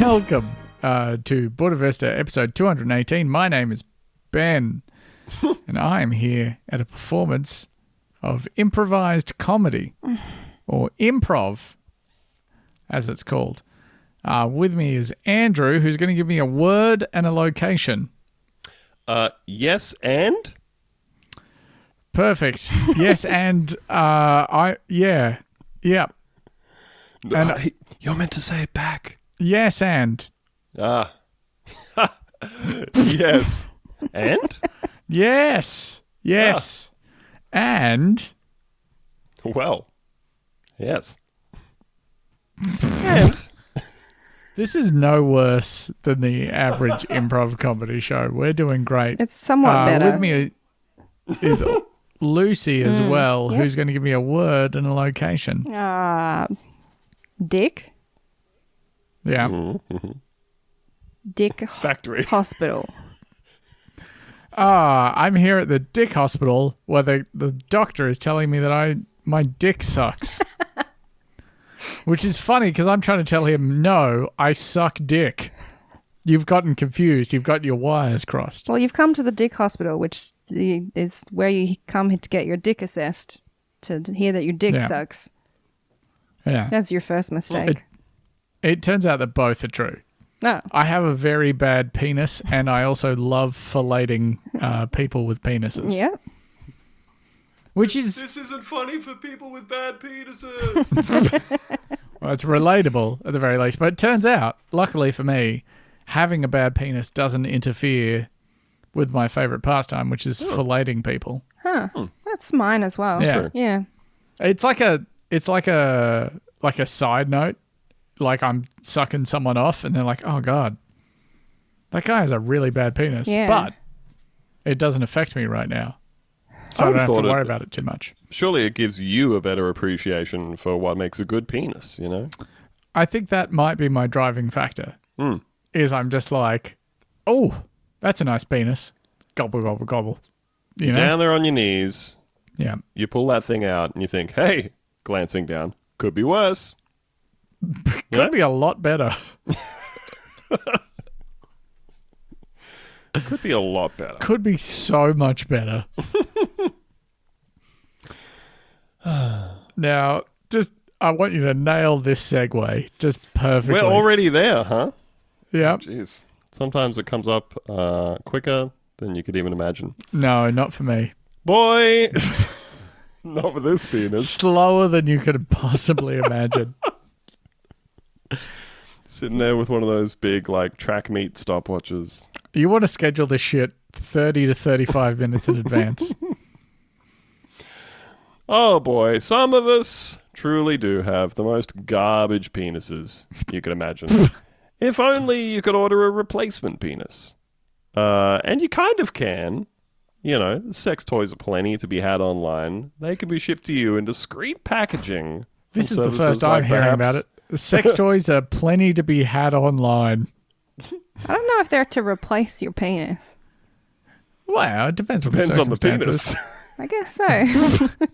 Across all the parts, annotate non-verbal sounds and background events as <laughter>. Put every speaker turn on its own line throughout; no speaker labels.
Welcome uh, to Buena Vista, episode 218. My name is Ben, and I am here at a performance of improvised comedy, or improv, as it's called. Uh, with me is Andrew, who's going to give me a word and a location.
Uh, yes, and
Perfect. Yes, and uh, I, yeah, yeah, And-
Uh, he- you're meant to say it back.
yes, and
Ah, <laughs> yes, and
yes, yes, and.
well, yes, and
This is no worse than the average improv comedy show. We're doing great.
It's somewhat
Uh,
better. Mm,
With me
<laughs>
is Lucy as well, who's going to give me a word and a location.
Uh, Dick.
Yeah.
Dick Ho-
factory.
Hospital.
Ah, I'm here at the Dick Hospital where the, the doctor is telling me that I my dick
<laughs>
sucks. Which is funny because I'm trying to tell him, no, I suck dick. You've gotten confused. You've got your wires crossed.
Well, you've come to the Dick Hospital, which the- is where you come to get your dick assessed to to hear that your dick
Yeah.
sucks.
Yeah.
That's your first mistake. Oh,
It turns out that both are true.
No.
I have a very bad penis, and I also love filleting uh, people with penises.
Yeah.
which is
isn't funny for people with bad penises.
well, it's relatable at the very least. But it turns out, luckily for me, having a bad penis doesn't interfere with my favorite pastime, which is filleting people.
Hmm.
That's mine as well.
Yeah.
Oh. true.
Yeah.
It's like a it's like a like a side note. Like I'm sucking someone off, and they're like, "Oh God, that guy has a really bad penis,"
Yeah.
but it doesn't affect me right now, so
I
I, don't
would've
have to
thought it-
worry about it too much.
Surely it gives you a better appreciation for what makes a good penis. You know,
I think that might be my driving factor.
Hmm.
Is I'm just like, oh, that's a nice penis. Gobble gobble gobble. You know?
down there on your knees,
Yeah.
you pull that thing out, and you think, "Hey," glancing down, could be worse. Yeah?
Could be a lot better. <laughs>
Could be a lot better.
Could be so much
<sighs>
better. now, just I want you to nail this segue just perfectly.
We're already there, huh?
yeah.
Jeez. Sometimes it comes up uh, quicker than you could even imagine.
No, not for me.
Boy! <laughs> Not with this penis.
Slower than you could possibly
<laughs>
imagine.
Sitting there with one of those big, like, track meet stopwatches.
you want to schedule this shit 30 to 35 minutes in advance.
Oh boy, some of us truly do have the most garbage penises you can <laughs> imagine. if only you could order a replacement penis. Uh, and you kind of can. You know, sex toys are plenty to be had online. They can be shipped to you in discreet packaging.
This is the
from services
first
like
I'm hearing about
perhaps-
it.
<laughs>
Sex toys are plenty to be had online.
I don't know if they're to replace your penis.
Well, it depends on
Depends
the
on the penis.
circumstances. <laughs>
I guess so.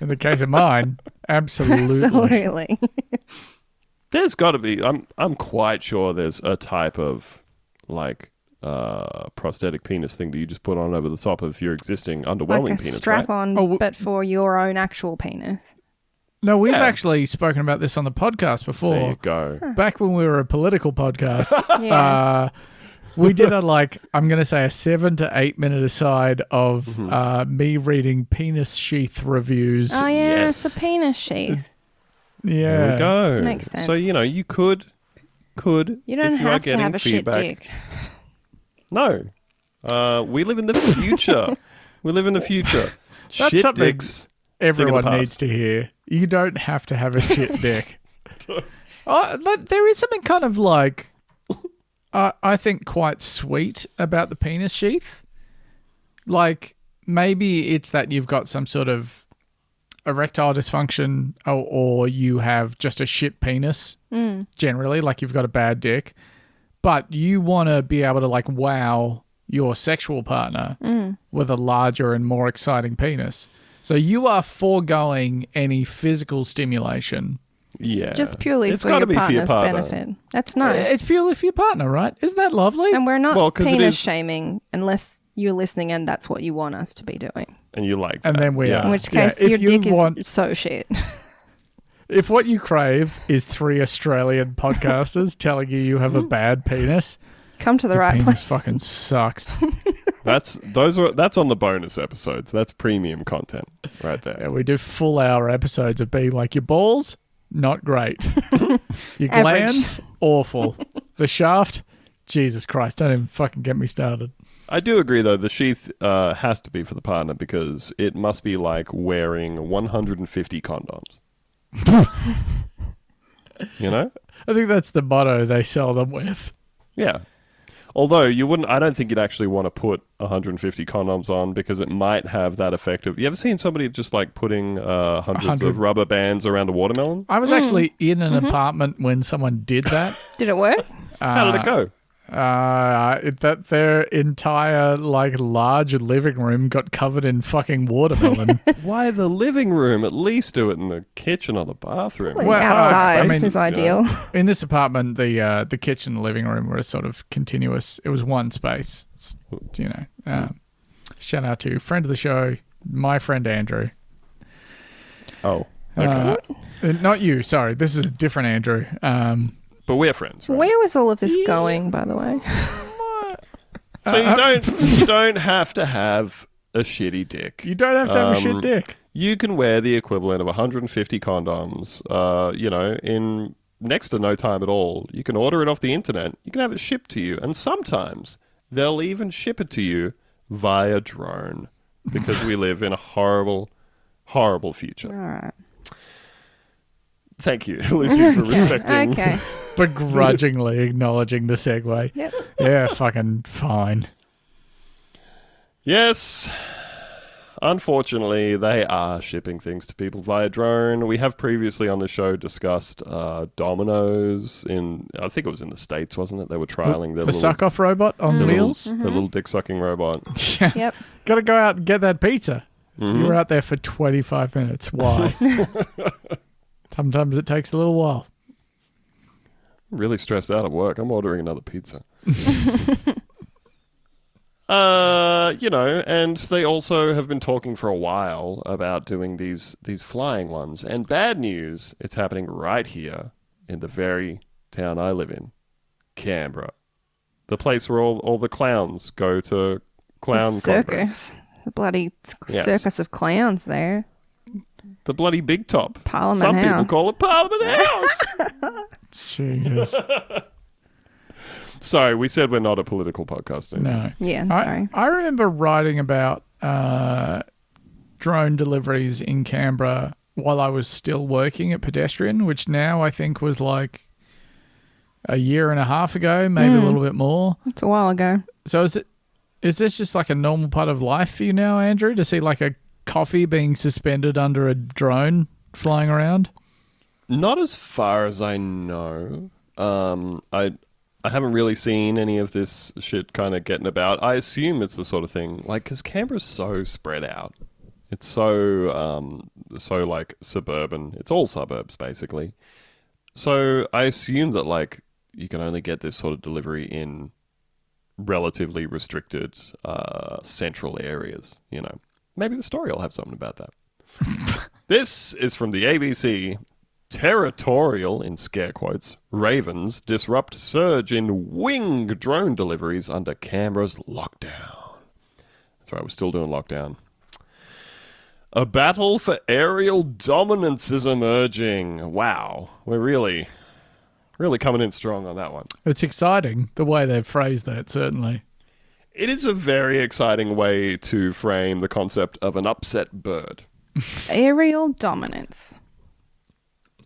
In the case of
<laughs>
mine, absolutely.
Absolutely.
there's got to be. I'm I'm quite sure there's a type of like uh prosthetic penis thing that you just put on over the top of your existing underwhelming
like a
penis,
strap
right?
on,
Oh, w-
but for your own actual penis.
No, we've
Yeah.
actually spoken about this on the podcast
There
before.
you go.
Back when we were a political
<laughs>
podcast,
Yeah.
<laughs> uh, we did a like I'm going to say a seven to eight minute aside of
Mm-hmm.
uh, me reading penis sheath reviews.
oh, yeah. It's
yes.
the penis sheath.
yeah,
There we go.
Makes sense.
So you know you could could
You don't
if you are
have to
getting
have a
feedback.
shit dick.
No, uh, we live in the
<laughs>
future. we live in the future.
That's
shit
something-
dicks.
everyone
past.
needs to hear. You don't have to have a shit dick. oh, but there is something kind of like, I I think, quite sweet about the penis sheath. Like, maybe it's that you've got some sort of erectile dysfunction or, or you have just a shit penis generally, like you've got a bad dick, but you want to be able to, like, wow your sexual partner
Mm.
with a larger and more exciting penis. So you are foregoing any physical stimulation
Yeah.
Just purely
It's
for
gotta be
your
for
partner's
your partner.
benefit. That's nice.
It's purely for your partner, right? Isn't that lovely?
and we're not
Well, 'cause it
penis
is-
shaming unless you're listening and that's what you want us to be doing.
And you like
And
that.
then we
yeah.
are.
In which
Yeah,
case,
if
your
you
dick
want-
is so shit. <laughs>
If what you crave is three
<laughs>
Australian podcasters telling you you have a bad penis,
Come to Mm. the right
penis
place.
fucking sucks.
That's those are that's on the bonus episodes. That's premium content right there.
Yeah, we do full hour episodes of being like your balls, not great. your
Average.
glands, awful. the shaft, Jesus Christ, don't even fucking get me started.
I do agree though. The sheath uh, has to be for the partner because it must be like wearing 150
<laughs>
condoms. you know?
I think that's the motto they sell them with.
Yeah. Although you wouldn't, I don't think you'd actually want to put 150 condoms on because it might have that effect of. You ever seen somebody just like putting uh, hundreds of
100.
rubber bands around a watermelon?
I was actually in an apartment when someone did that.
Did
<laughs>
it work?
Ah.
How did it go?
Uh, it- that their entire like large living room got covered in fucking watermelon.
Why the living room? At least do it in the kitchen or the bathroom.
Well, uh,
Outside
I mean-
is ideal.
in this apartment, the uh, the kitchen and living room were a sort of continuous. It was one space. S- You know, uh,
Hmm.
shout out to friend of the show, my friend Andrew.
Oh, okay.
Uh, not you, sorry. This is a different Andrew. Um,
but we're friends, right?
Where was all of this going, by the way?
so you don't you don't have to have a shitty dick.
you don't have to have a shit
Um,
dick.
You can wear the equivalent of 150 condoms. Uh, you know, in next to no time at all. You can order it off the internet. You can have it shipped to you, and sometimes they'll even ship it to you via drone because we live in a horrible, horrible
All
future.
right.
Thank you, <laughs> Lucy, for respecting. <laughs>
Okay.
Begrudgingly acknowledging the segue.
Yep.
Yeah, fucking fine.
Yes. Unfortunately, they are shipping things to people via drone. We have previously on the show discussed uh, Domino's in, I think it was in the States, wasn't it? They were trialing
The
their, little,
suck off robot on
their, little,
wheels.
their little dick sucking robot.
<laughs> Yeah.
Mm-hmm. Yep.
Gotta go out and get that pizza.
Mm-hmm.
You were out there for 25 minutes.
<laughs>
<laughs>
Why? Sometimes it takes a little while.
really stressed out at work. I'm ordering another pizza. uh, you know, and they also have been talking for a while about doing these these flying ones. And bad news, it's happening right here in the very town I live in, Canberra, the place where all all the clowns go to clown
the
congress.
circus. The bloody c-
Yes.
circus of clowns there.
the bloody big top.
Parliament
Some people
House.
call it Parliament
<laughs>
House.
Jesus.
Sorry, we said we're not a political podcast. anymore.
No.
Yeah,
I,
sorry.
I remember writing about uh, drone deliveries in Canberra while I was still working at Pedestrian, which now I think was like a year and a half ago, maybe a little bit more.
It's a while ago.
So is it is this just like a normal part of life for you now, Andrew, to see like a coffee being suspended under a drone flying around?
Not as far as I know. Um, I I haven't really seen any of this shit kind of getting about. I assume it's the sort of thing like because Canberra's so spread out. It's so um, so like suburban. It's all suburbs basically. So I assume that like you can only get this sort of delivery in relatively restricted uh, central areas. You know, maybe the story will have something about that. this is from the ABC territorial in scare quotes ravens disrupt surge in wing drone deliveries under canberra's lockdown that's right we're still doing lockdown a battle for aerial dominance is emerging wow we're really really coming in strong on that one
It's exciting the way they've phrased that, certainly.
it is a very exciting way to frame the concept of an upset bird
Aerial dominance.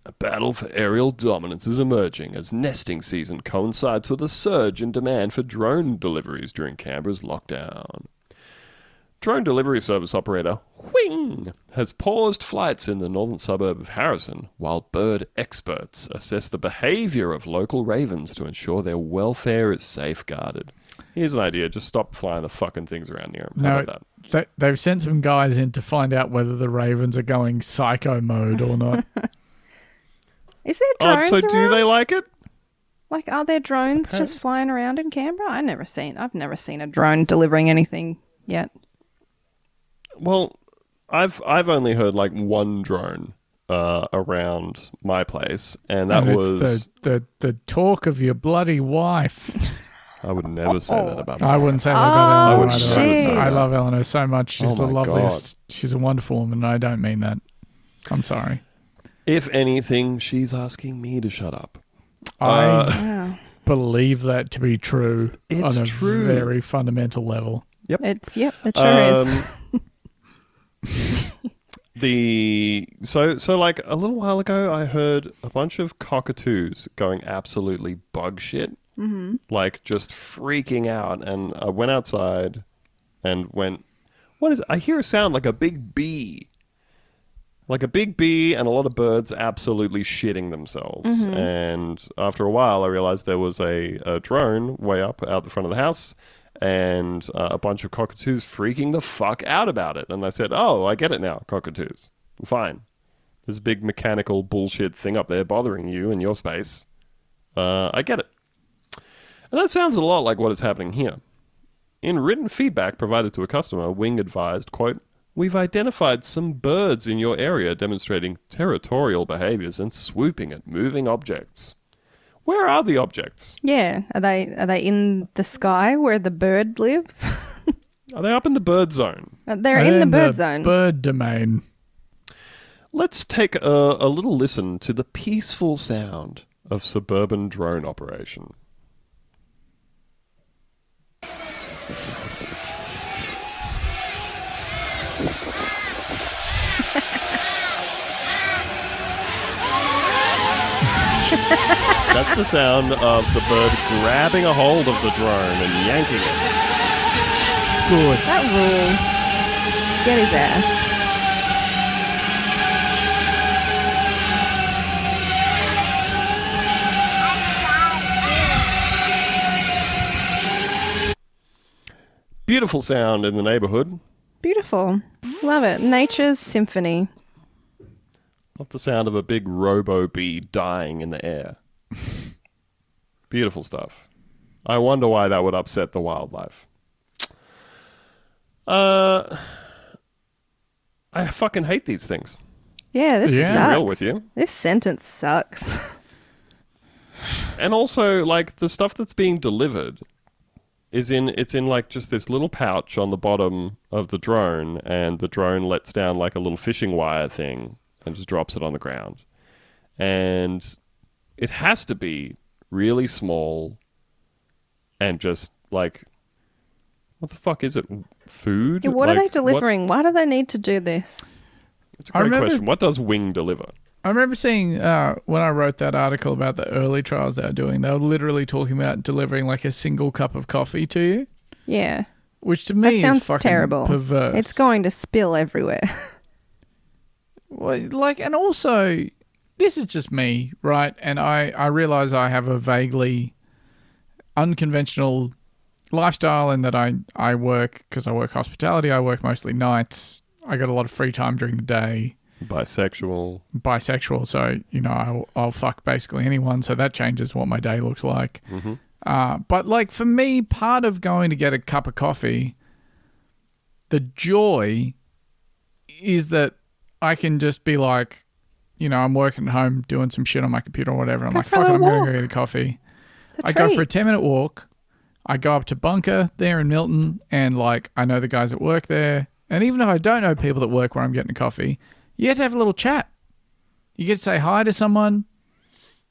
A battle for aerial dominance is emerging as nesting season coincides with a surge in demand for drone deliveries during Canberra's lockdown. Drone delivery service operator Wing has paused flights in the northern suburb of Harrison while bird experts assess the behavior of local ravens to ensure their welfare is safeguarded. Here's an idea just stop flying the fucking things around near them. How
No,
about that?
they, they've sent some guys in to find out whether the Ravens are going psycho mode or not.
Is there
Oh,
drones
so do
around?
they like it?
Like, are there drones just flying around in Canberra? I never seen. I've never seen a drone delivering anything yet.
Well, I've I've only heard like one drone uh, around my place, and that
And it's
was
the, the the talk of your bloody wife.
I would never say that about.
I
my
wouldn't say that
Oh,
about Eleanor.
I
I,
wouldn't
don't-
say
I
that.
love Eleanor so much. She's
Oh
the
my
loveliest. She's a wonderful woman. and I don't mean that. I'm sorry.
If anything, she's asking me to shut up.
I
Wow.
believe that to be true
Uh, It's
on a
true.
very fundamental level.
It's yep. It sure is.
Um, the so so like a little while ago, I heard a bunch of cockatoos going absolutely bug shit, mm-hmm. like just freaking out. And I went outside and went, "What is?" I hear a sound like a big bee, like a big bee, and a lot of birds absolutely shitting themselves. And after a while, I realized there was a, a drone way up out the front of the house. And uh, a bunch of cockatoos freaking the fuck out about it. And I said, Oh, I get it now, cockatoos. Fine. There's a big mechanical bullshit thing up there bothering you in your space. Uh, I get it. And that sounds a lot like what is happening here. In written feedback provided to a customer, Wing advised, quote, We've identified some birds in your area demonstrating territorial behaviors and swooping at moving objects. Where are the objects?
<laughs> Yeah. Are they are they in the sky where the bird lives? <laughs> Uh,
Are they up in the bird zone?
They're in the
And uh,
bird zone.
Bird domain.
Let's take a, a little listen to the peaceful sound of suburban drone operation. <laughs> That's the sound of the bird grabbing a hold of the drone and yanking it.
Good.
that rules. Get his ass.
Beautiful sound in the neighborhood.
Beautiful. Love it. Nature's symphony.
Love the sound of a big robo bee dying in the air. Beautiful stuff. I wonder why that would upset the wildlife. Uh, I fucking hate these things.
Yeah. This
Yeah.
sucks.
Real with you.
This sentence sucks. <laughs>
And also, like the stuff that's being delivered is in it's in like just this little pouch on the bottom of the drone, and the drone lets down like a little fishing wire thing and just drops it on the ground. And it has to be really small and just like what the fuck is it? Food?
Yeah, what are
Like,
they delivering? Why do they need to do this?
It's a
I
great
remember-
question. What does Wing deliver?
I remember seeing uh, when I wrote that article about the early trials they were doing, they were literally talking about delivering like a single cup of coffee to you,
Yeah.
which to me
that sounds
is fucking
terrible.
perverse.
It's going to spill everywhere. <laughs>
Well, like, and also, this is just me, right? And I, I realize I have a vaguely unconventional lifestyle in that I, I work because I work hospitality, I work mostly nights. I got a lot of free time during the day.
Bisexual.
bisexual, so you know I'll, I'll fuck basically anyone. So that changes what my day looks like.
Mm-hmm.
Uh, but like for me, part of going to get a cup of coffee, the joy is that I can just be like, you know, I'm working at home doing some shit on my computer or whatever. I'm
Go
like,
for a
fuck it, I'm
little
going to
walk.
go get a coffee.
It's a
I
treat.
go for a 10 minute walk. I go up to Bunker there in Milton, and like I know the guys that work there. And even if I don't know people that work where I'm getting a coffee, you get to have a little chat. You get to say hi to someone.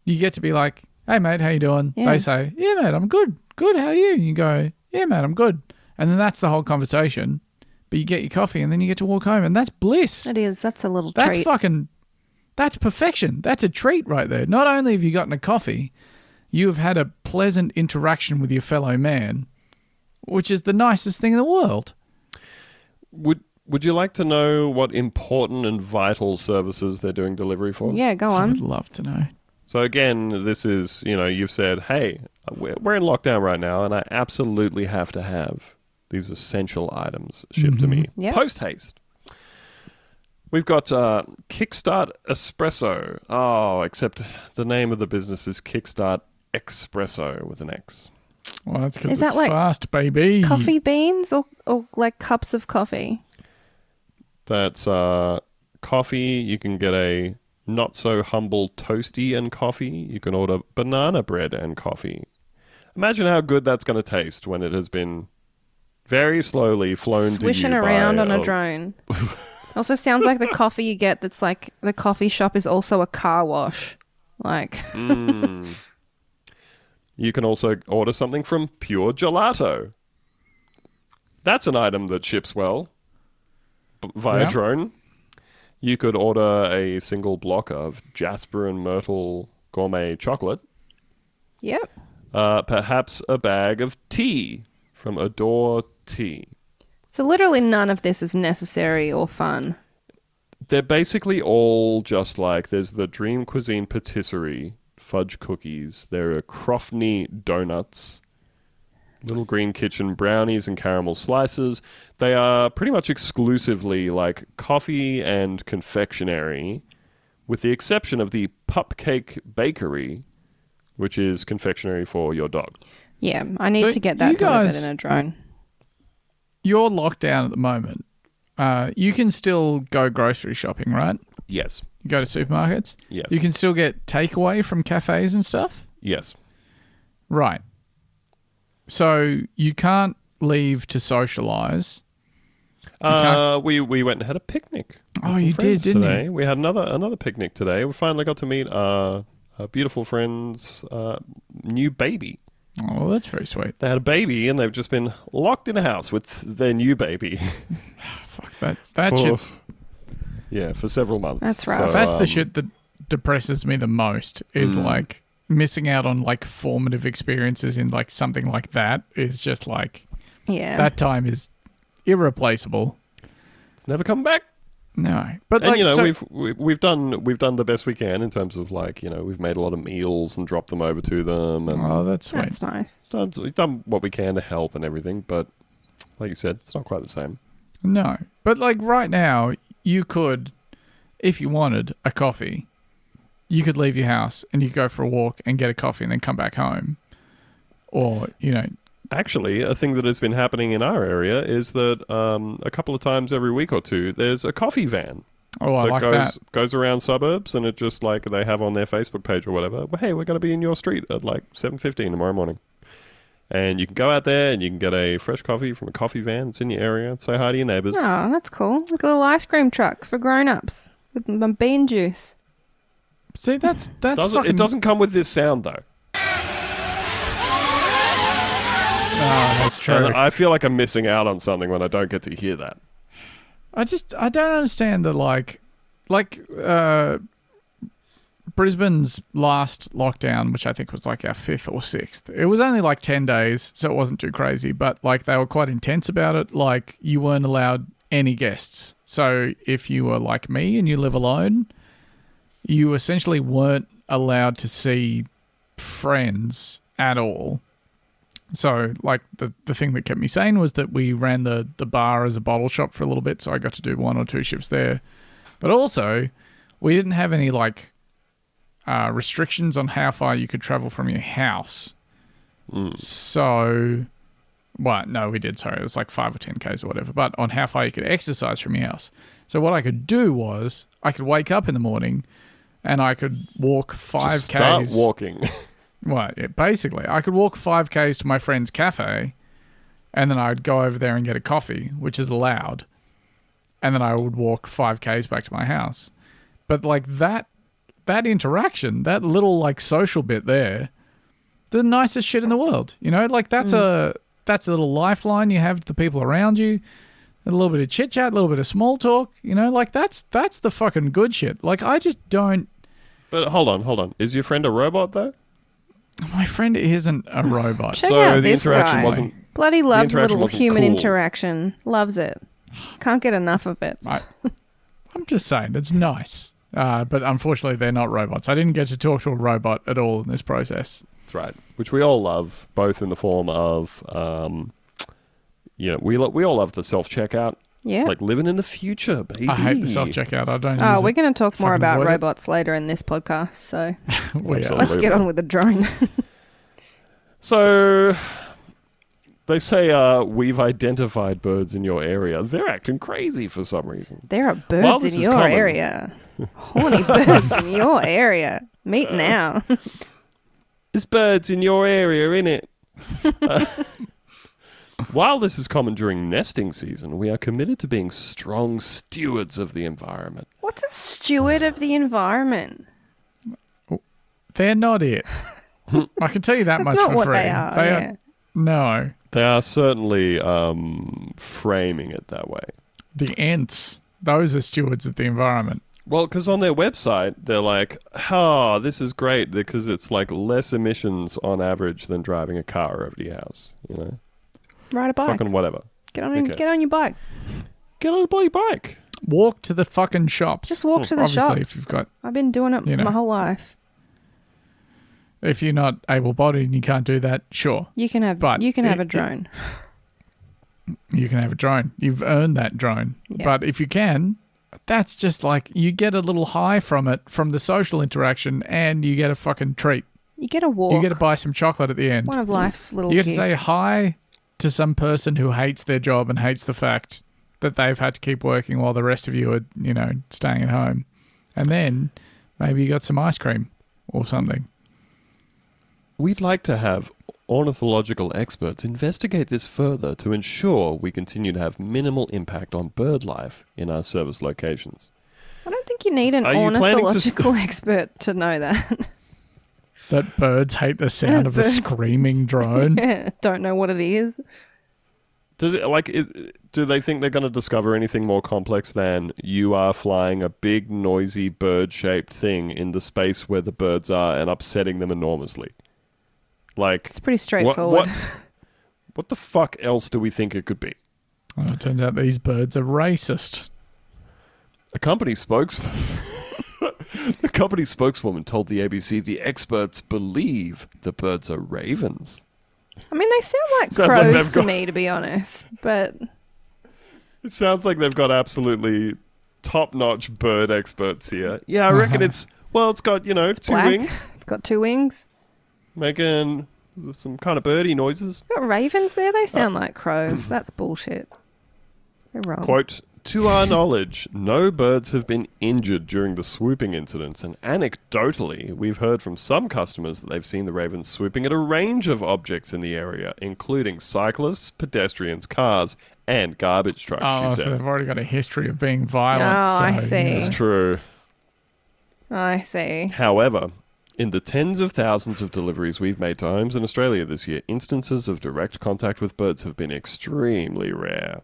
You get to be like, hey, mate, how you doing?
Yeah.
They say, yeah, mate, I'm good. Good, how are you? And you go, yeah, mate, I'm good. And then that's the whole conversation. But you get your coffee and then you get to walk home, and that's bliss.
It is. That's a little
That's
treat.
fucking. That's perfection. That's a treat right there. Not only have you gotten a coffee, you have had a pleasant interaction with your fellow man, which is the nicest thing in the world.
Would would you like to know what important and vital services they're doing delivery for?
yeah, go
I
<laughs>
would
on.
love to know.
So again, this is you know you've said, hey, we're, we're in lockdown right now, and I absolutely have to have these essential items shipped to me
Yep.
post haste. We've got uh, Kickstart Espresso. Oh, except the name of the business is Kickstart Espresso with an X.
Well, that's because
Is
it's
that like
fast, baby.
Coffee beans or, or like cups of coffee?
That's uh, coffee. You can get a not so humble toasty and coffee. You can order banana bread and coffee. Imagine how good that's going to taste when it has been very slowly flown
Swishing
to you
around
by
on a drone. also sounds like the coffee you get that's like the coffee shop is also a car wash. Like
Mm. you can also order something from Pure Gelato. That's an item that ships well b- via
Yeah.
drone. You could order a single block of Jasper and Myrtle gourmet chocolate,
Yep.
uh, perhaps a bag of tea from Adore Tea.
So literally none of this is necessary or fun.
They're basically all just like there's the Dream Cuisine Patisserie fudge cookies. There are Crofney donuts, Little Green Kitchen brownies and caramel slices. They are pretty much exclusively like coffee and confectionery, with the exception of the Pupcake Bakery, which is confectionery for your dog.
Yeah, I need
So
to get
you
that delivered
guys-
in a drone.
You're locked down at the moment. Uh, you can still go grocery shopping, right?
Yes.
You go to supermarkets.
Yes.
You can still get takeaway from cafes and stuff.
Yes.
Right. So you can't leave to socialize.
Uh, we we went and had a picnic. with
Oh,
some
you
friends
did, didn't you?
today. We had another another picnic today. We finally got to meet our, our beautiful friend's uh, new baby.
Oh, well, that's very sweet.
They had a baby and they've just been locked in a house with their new baby. <laughs>
Fuck that. That
for-
shit's
yeah, for several months.
That's rough.
That's
um, mm.
the shit that depresses me the most is like missing out on like formative experiences in like something like that is just like
Yeah.
that time is irreplaceable.
It's never come back.
No, but
And
like
you know
so-
we've we- we've done we've done the best we can in terms of like you know we've made a lot of meals and dropped them over to them and
oh, that's sweet.
That's nice.
done, we've done what we can to help and everything. But like you said, it's not quite the same.
No, but like right now, you could, if you wanted a coffee, you could leave your house and you go for a walk and get a coffee and then come back home, or you know,
Actually, a thing that has been happening in our area is that um, a couple of times every week or two, there's a coffee van
oh, I
that
like
goes
that.
goes around suburbs, and it just like they have on their Facebook page or whatever. Well, hey, we're going to be in your street at like seven fifteen tomorrow morning, and you can go out there and you can get a fresh coffee from a coffee van that's in your area. Say hi to your neighbors.
Oh, that's cool. Like a little ice cream truck for grown ups with m- bean juice.
See, that's that's
Doesn't,
fucking.
It doesn't come with this sound though.
Oh, that's true.
And I feel like I'm missing out on something when I don't get to hear that.
I just I don't understand the like like uh Brisbane's last lockdown, which I think was like our fifth or sixth, it was only like 10 days, so it wasn't too crazy, but like they were quite intense about it. Like, you weren't allowed any guests. So, if you were like me and you live alone, you essentially weren't allowed to see friends at all. So, like the the thing that kept me sane was that we ran the the bar as a bottle shop for a little bit, so I got to do one or two shifts there. But also, we didn't have any like uh, restrictions on how far you could travel from your house.
Mm.
So, well, no, we did. Sorry, it was like five or ten k's or whatever. But on how far you could exercise from your house. So what I could do was I could wake up in the morning, and I could walk five
Just start
k's.
walking. <laughs>
Well, yeah, basically, I could walk five k's to my friend's cafe, and then I'd go over there and get a coffee, which is allowed, and then I would walk five k's back to my house. But like that, that interaction, that little like social bit there, the nicest shit in the world. You know, like that's a that's a little lifeline you have to the people around you. A little bit of chit chat, a little bit of small talk. You know, like that's that's the fucking good shit. Like I just don't
but hold on, hold on. Is your friend a robot though?
my friend isn't a robot.
Check
so
out
the
this
interaction
guy.
wasn't
Bloody loves
interaction
little
wasn't
human
cool.
interaction. Loves it. Can't get enough of it.
I, I'm just saying, it's nice. Uh, but unfortunately, they're not robots. I didn't get to talk to a robot at all in this process.
That's right. Which we all love, both in the form of, um, you know, we lo- we all love the self checkout
Yeah.
Like living in the future, baby.
I hate the self checkout. I don't.
oh,
use
we're
it.
going to talk more
Fucking
about
avoid it.
robots later in this podcast, so
<laughs> We
Absolutely.
are.
let's get on with the drone. <laughs>
So they say uh, we've identified birds in your area. They're acting crazy for some reason.
there are birds
While
in
this is
your
common-
area.
<laughs>
Horny birds in your area. Meet
Uh.
now. <laughs>
There's birds in your area, in it. <laughs> while this is common during nesting season, we are committed to being strong stewards of the environment.
What's a steward of the environment?
They're not it. I can tell you that
That's
much
not
for
what
free.
they are. yeah.
no
They are certainly um, framing it that way.
the ants. Those are stewards of the environment.
Well, because on their website, they're like, oh, this is great because it's like less emissions on average than driving a car over to your house, you know?
Ride a bike.
Fucking whatever.
Get on
who
and
cares?
get on your bike.
Get on a bloody bike.
Walk to the fucking shops.
Just walk to the
Obviously, if
shops.
you've got
I've been doing it
you know.
my whole life.
if you're not able-bodied and you can't do that, sure,
You can have
But
you can
it-
have a
it-
drone.
you can have a drone. You've earned that drone.
Yeah.
But if you can, that's just like you get a little high from it, from the social interaction, and you get a fucking treat.
You get a walk.
You get to buy some chocolate at the end.
one of life's little
You get
gifts.
to say hi to some person who hates their job and hates the fact that they've had to keep working while the rest of you are, you know, staying at home. And then maybe you got some ice cream or something.
We'd like to have ornithological experts investigate this further to ensure we continue to have minimal impact on bird life in our service locations.
I don't think you need an
Are you planning to-
ornithological <laughs> expert to know that. <laughs>
That birds hate the sound of a
Birds. <laughs>
screaming drone.
don't know what it is.
Does it like is do they think they're going to discover anything more complex than you are flying a big noisy bird-shaped thing in the space where the birds are and upsetting them enormously? Like
It's pretty
what,
straightforward. <laughs>
what what the fuck else do we think it could be?
Oh, it turns out these birds are racist.
A company spokesperson. <laughs> the company spokeswoman told the ABC the experts believe the birds are ravens.
I mean, they sound like
Sounds like
crows
they've
to
got-
me, to be honest. But
It sounds like they've got absolutely top-notch bird experts here. Yeah, I reckon
Uh-huh.
it's well, it's got you know two
black.
wings
It's got two wings.
making some kind of birdie noises.
It's got ravens there.
Uh,
They sound like crows. That's bullshit. They're wrong.
Quote. To our knowledge, no birds have been injured during the swooping incidents, and anecdotally, we've heard from some customers that they've seen the ravens swooping at a range of objects in the area, including cyclists, pedestrians, cars, and garbage trucks,
Oh,
she
so
said.
they've already got a history of being violent.
Oh,
so,
I
you
see.
know.
It's true.
I see.
However, in the tens of thousands of deliveries we've made to homes in Australia this year, instances of direct contact with birds have been extremely rare.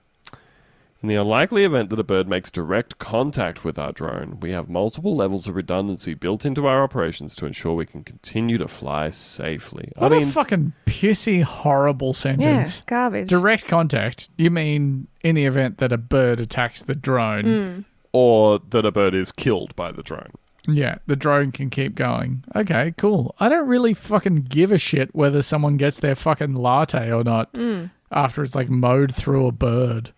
In the unlikely event that a bird makes direct contact with our drone, we have multiple levels of redundancy built into our operations to ensure we can continue to fly safely.
What
I mean,
a fucking pissy, horrible
Yeah,
sentence.
garbage.
Direct contact. You mean in the event that a bird attacks the drone?
or that a bird is killed by the drone.
Hmm.
Yeah, the drone can keep going. Okay, cool. I don't really fucking give a shit whether someone gets their fucking latte or not
Hmm.
after it's like mowed through a bird.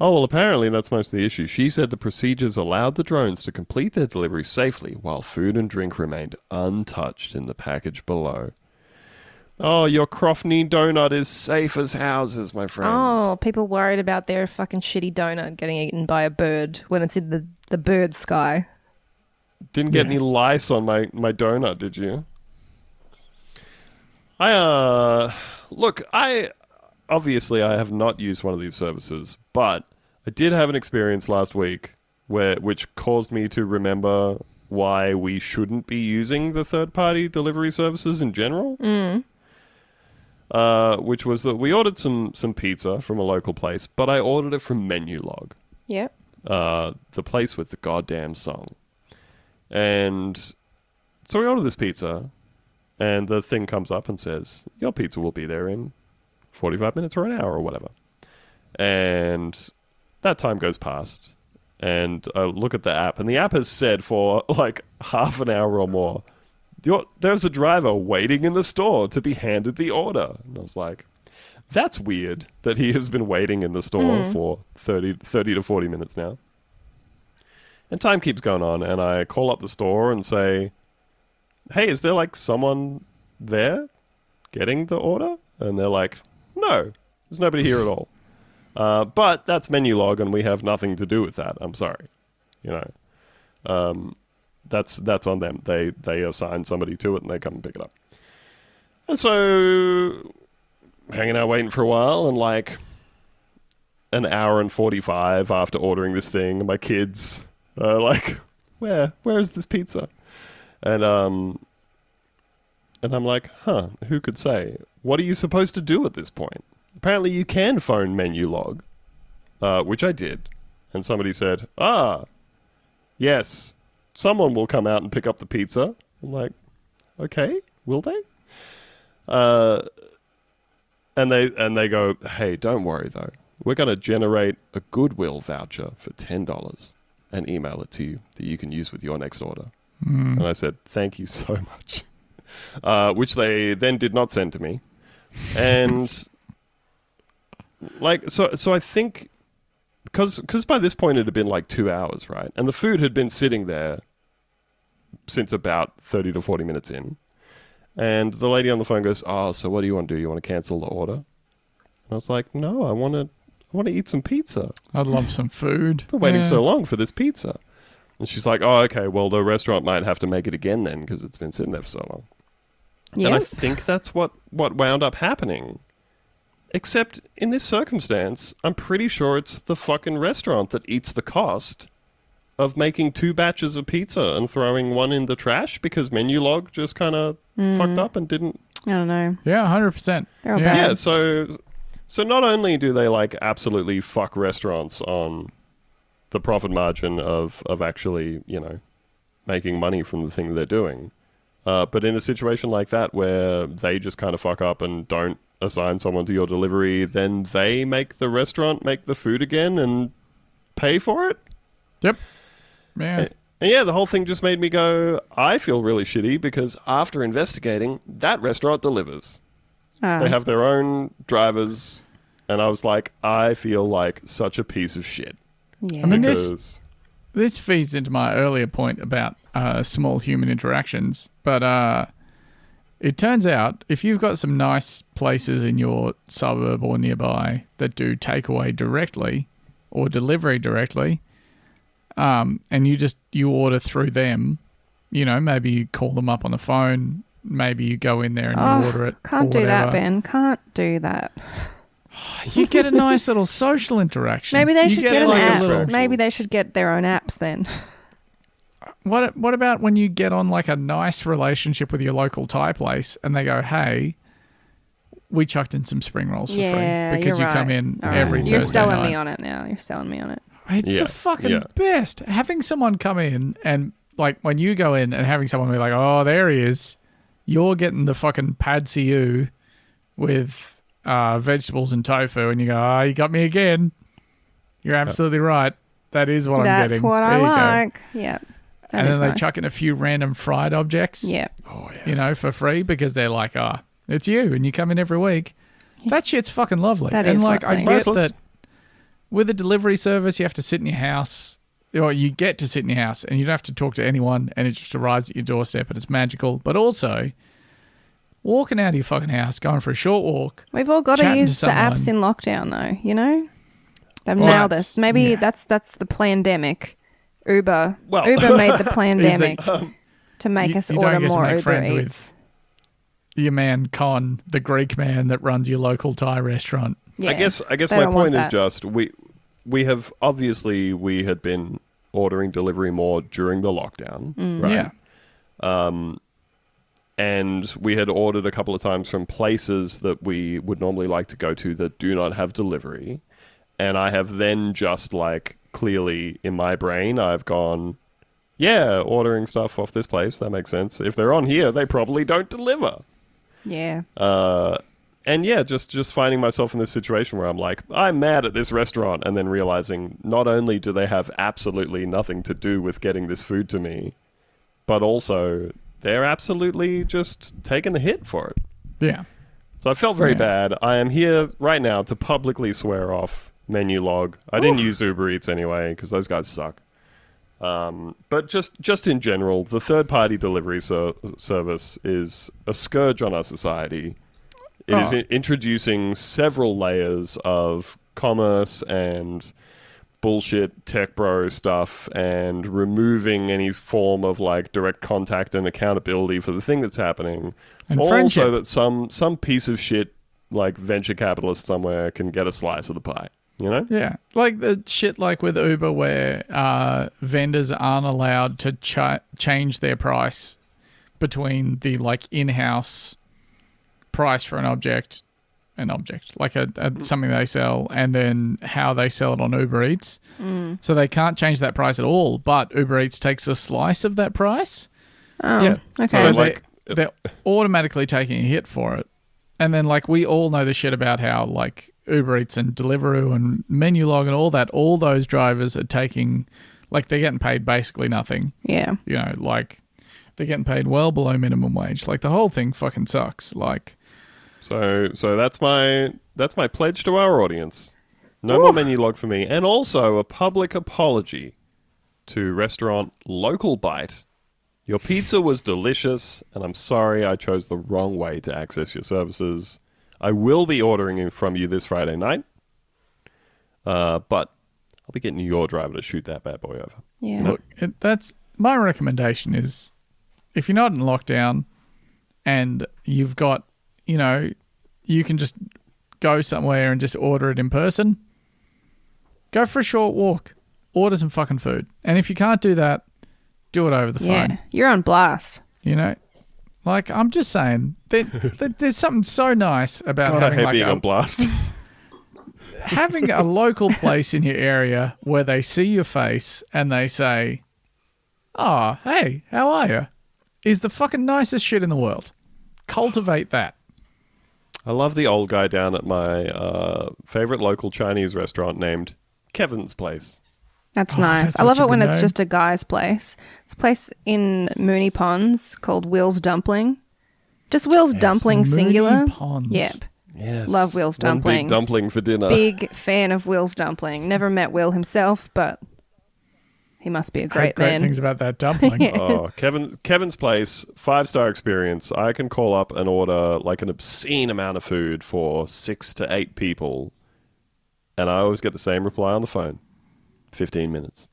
Oh, well, apparently that's most of the issue. She said the procedures allowed the drones to complete their delivery safely while food and drink remained untouched in the package below. Oh, your Crofney donut is safe as houses, my friend.
Oh, people worried about their fucking shitty donut getting eaten by a bird when it's in the, the bird sky.
Didn't get any
Yes.
lice on my, my donut, did you? I, uh, look, I obviously I have not used one of these services, but I did have an experience last week where which caused me to remember why we shouldn't be using the third party delivery services in general. Uh, which was that we ordered some some pizza from a local place, but I ordered it from Menu Log
Yep.
uh, the place with the goddamn song. And so we order this pizza, and the thing comes up and says, Your pizza will be there in 45 minutes or an hour or whatever. And that time goes past, and I look at the app, and the app has said for <laughs> like half an hour or more, "Your- There's a driver waiting in the store to be handed the order. And I was like, That's weird that he has been waiting in the store for 30, 30 to 40 minutes now. And time keeps going on, and I call up the store and say, Hey, is there like someone there getting the order? And they're like, No, there's nobody here at all. Uh, but that's menu log, and we have nothing to do with that. I'm sorry. You know, um, that's that's on them. They they assign somebody to it, and they come and pick it up. And so, hanging out waiting for a while, and like an hour and forty five after ordering this thing, my kids are like, "Where where is this pizza?" And um, and I'm like, "Huh? Who could say? What are you supposed to do at this point?" Apparently, you can phone menu log, uh, which I did, and somebody said, "Ah, yes, someone will come out and pick up the pizza." I'm like, "Okay, will they?" Uh, and they and they go, "Hey, don't worry though. We're going to generate a goodwill voucher for ten dollars and email it to you that you can use with your next order." And I said, "Thank you so <laughs> much," uh, which they then did not send to me, and like so so I think because because by this point it had been like two hours, right? And the food had been sitting there since about thirty to forty minutes in. And the lady on the phone goes, "Oh, so what do you want to do? You want to cancel the order?" And I was like, "No, I want to, I want to eat some pizza.
I'd love some food.
I've been waiting
Yeah.
so long for this pizza." And she's like, "Oh, okay. Well, the restaurant might have to make it again then because it's been sitting there for so long." And I
Yep.
think that's what, what wound up happening. Except in this circumstance, I'm pretty sure it's the fucking restaurant that eats the cost of making two batches of pizza and throwing one in the trash because menu log just kind of fucked up and didn't.
I don't know.
Yeah, hundred percent.
They're all
Yeah.
Yeah,
bad.
so so not only do they like absolutely fuck restaurants on the profit margin of of actually, you know, making money from the thing they're doing. Uh, but in a situation like that where they just kind of fuck up and don't assign someone to your delivery, then they make the restaurant make the food again and pay for it.
Yep. Yeah.
And yeah, the whole thing just made me go, I feel really shitty because after investigating, that restaurant delivers.
Ah.
They have their own drivers. And I was like, I feel like such a piece of shit.
yeah.
I mean, this-
Because
This feeds into my earlier point about uh, small human interactions, but uh, it turns out if you've got some nice places in your suburb or nearby that do takeaway directly or delivery directly, um, and you just you order through them, you know, maybe you call them up on the phone, maybe you go in there and
Oh,
you order it. or
can't do that,
whatever.
Ben. Can't do that.
You get a
<laughs>
nice little social interaction.
Maybe they
You
should get, an
like a
app.
little-
Maybe they should get their own apps then.
What what about when you get on like a nice relationship with your local Thai place and they go, "Hey, we chucked in some spring rolls for
yeah,
free because
you're
you come
right.
in
All right.
every
You're
Thursday
selling
night."
me on it now. You're selling me on it.
It's
Yeah,
the fucking
yeah.
best. Having someone come in and like when you go in and having someone be like, "Oh, there he is," you're getting the fucking pad see ew with uh, vegetables and tofu, and you go, "Ah, you got me again." You're absolutely right. That is what I'm
That's
getting.
what I
There you go.
like. Yeah. That
And then
is
they
nice.
chuck in a few random fried objects.
Yeah.
you know, for free because they're like, ah, it's you and you come in every week. That shit's fucking lovely.
That
and
is
like I
lovely.
get
Priceless.
that with a delivery service you have to sit in your house or you get to sit in your house and you don't have to talk to anyone and it just arrives at your doorstep and it's magical. But also walking out of your fucking house, going for a short walk.
We've all got to
chatting to
use the apps in
someone.
lockdown, though. You know, they've
Well,
nailed
that's-
this. Maybe
yeah.
that's that's the pandemic. Uber,
Well-
Uber <laughs> made the pandemic to make
you-
us
you don't
order
get to
more
make
Uber
friends
Eats.
with- Your man Con, the Greek man that runs your local Thai restaurant.
yeah,
I guess I guess
They
my
don't want
point is
that.
just we we have obviously we had been ordering delivery more during the lockdown,
Mm.
right?
Yeah.
and we had ordered a couple of times from places that we would normally like to go to that do not have delivery. And I have then just like clearly in my brain, I've gone, yeah, ordering stuff off this place. That makes sense. If they're on here, they probably don't deliver.
yeah,
Uh, and yeah, just just finding myself in this situation where I'm like, I'm mad at this restaurant, and then realizing not only do they have absolutely nothing to do with getting this food to me, but also they're absolutely just taking the hit for it.
Yeah.
So I felt very
Yeah.
bad. I am here right now to publicly swear off menu log. I didn't use Uber Eats anyway because those guys suck. Um, but just just in general, the third party delivery ser- service is a scourge on our society. It is
Oh.
in- introducing several layers of commerce and bullshit tech bro stuff and removing any form of like direct contact and accountability for the thing that's happening.
And
also
friendship.
that some some piece of shit like venture capitalist somewhere can get a slice of the pie. You know?
Yeah, like the shit like with Uber, where uh, vendors aren't allowed to ch- change their price between the like in-house price for an object, an object like a, a something they sell, and then how they sell it on Uber Eats. So they can't change that price at all. But Uber Eats takes a slice of that price,
Oh,
Yeah.
okay.
so
So, like-
they, they're automatically taking a hit for it. And then, like, we all know the shit about how, like, Uber Eats and Deliveroo and Menu Log and all that, all those drivers are taking, like, they're getting paid basically nothing.
yeah.
You know, like, they're getting paid well below minimum wage. Like, the whole thing fucking sucks. Like,
So so that's my that's my pledge to our audience. No more menu log for me, and also a public apology to restaurant Local Bite. Your pizza was delicious, and I'm sorry I chose the wrong way to access your services. I will be ordering it from you this Friday night, uh, but I'll be getting your driver to shoot that bad boy over.
Yeah.
look, it, that's my recommendation is if you're not in lockdown and you've got, you know, you can just go somewhere and just order it in person, go for a short walk, order some fucking food. And if you can't do that, do it over the
yeah.
phone,
You're on blast.
you know? Like, I'm just saying, there, <laughs> there, there's something so nice about
God, I <laughs>
having,
hate
like
being
a,
on
<laughs>
blast.
having
<laughs>
a local place in your area where they see your face and they say, "Oh, hey, how are you?" is the fucking nicest shit in the world. Cultivate that.
I love the old guy down at my uh, favorite local Chinese restaurant named Kevin's Place.
That's
Oh,
nice.
that's
I love
such a
it when
good
it's
name.
just a guy's place. It's a place in Mooney Ponds called Will's Dumpling. Just Will's Dumpling
Moonee
singular.
Ponds.
Yep.
Yes.
Love Will's
One
dumpling.
big dumpling for dinner.
Big fan of Will's Dumpling. Never met Will himself, but he must be a
Heard
great, man.
things about
<laughs>
that dumpling.
<laughs> oh, Kevin Kevin's place, five star experience. I can call up and order like an obscene amount of food for six to eight people, and I always get the same reply on the phone: fifteen minutes.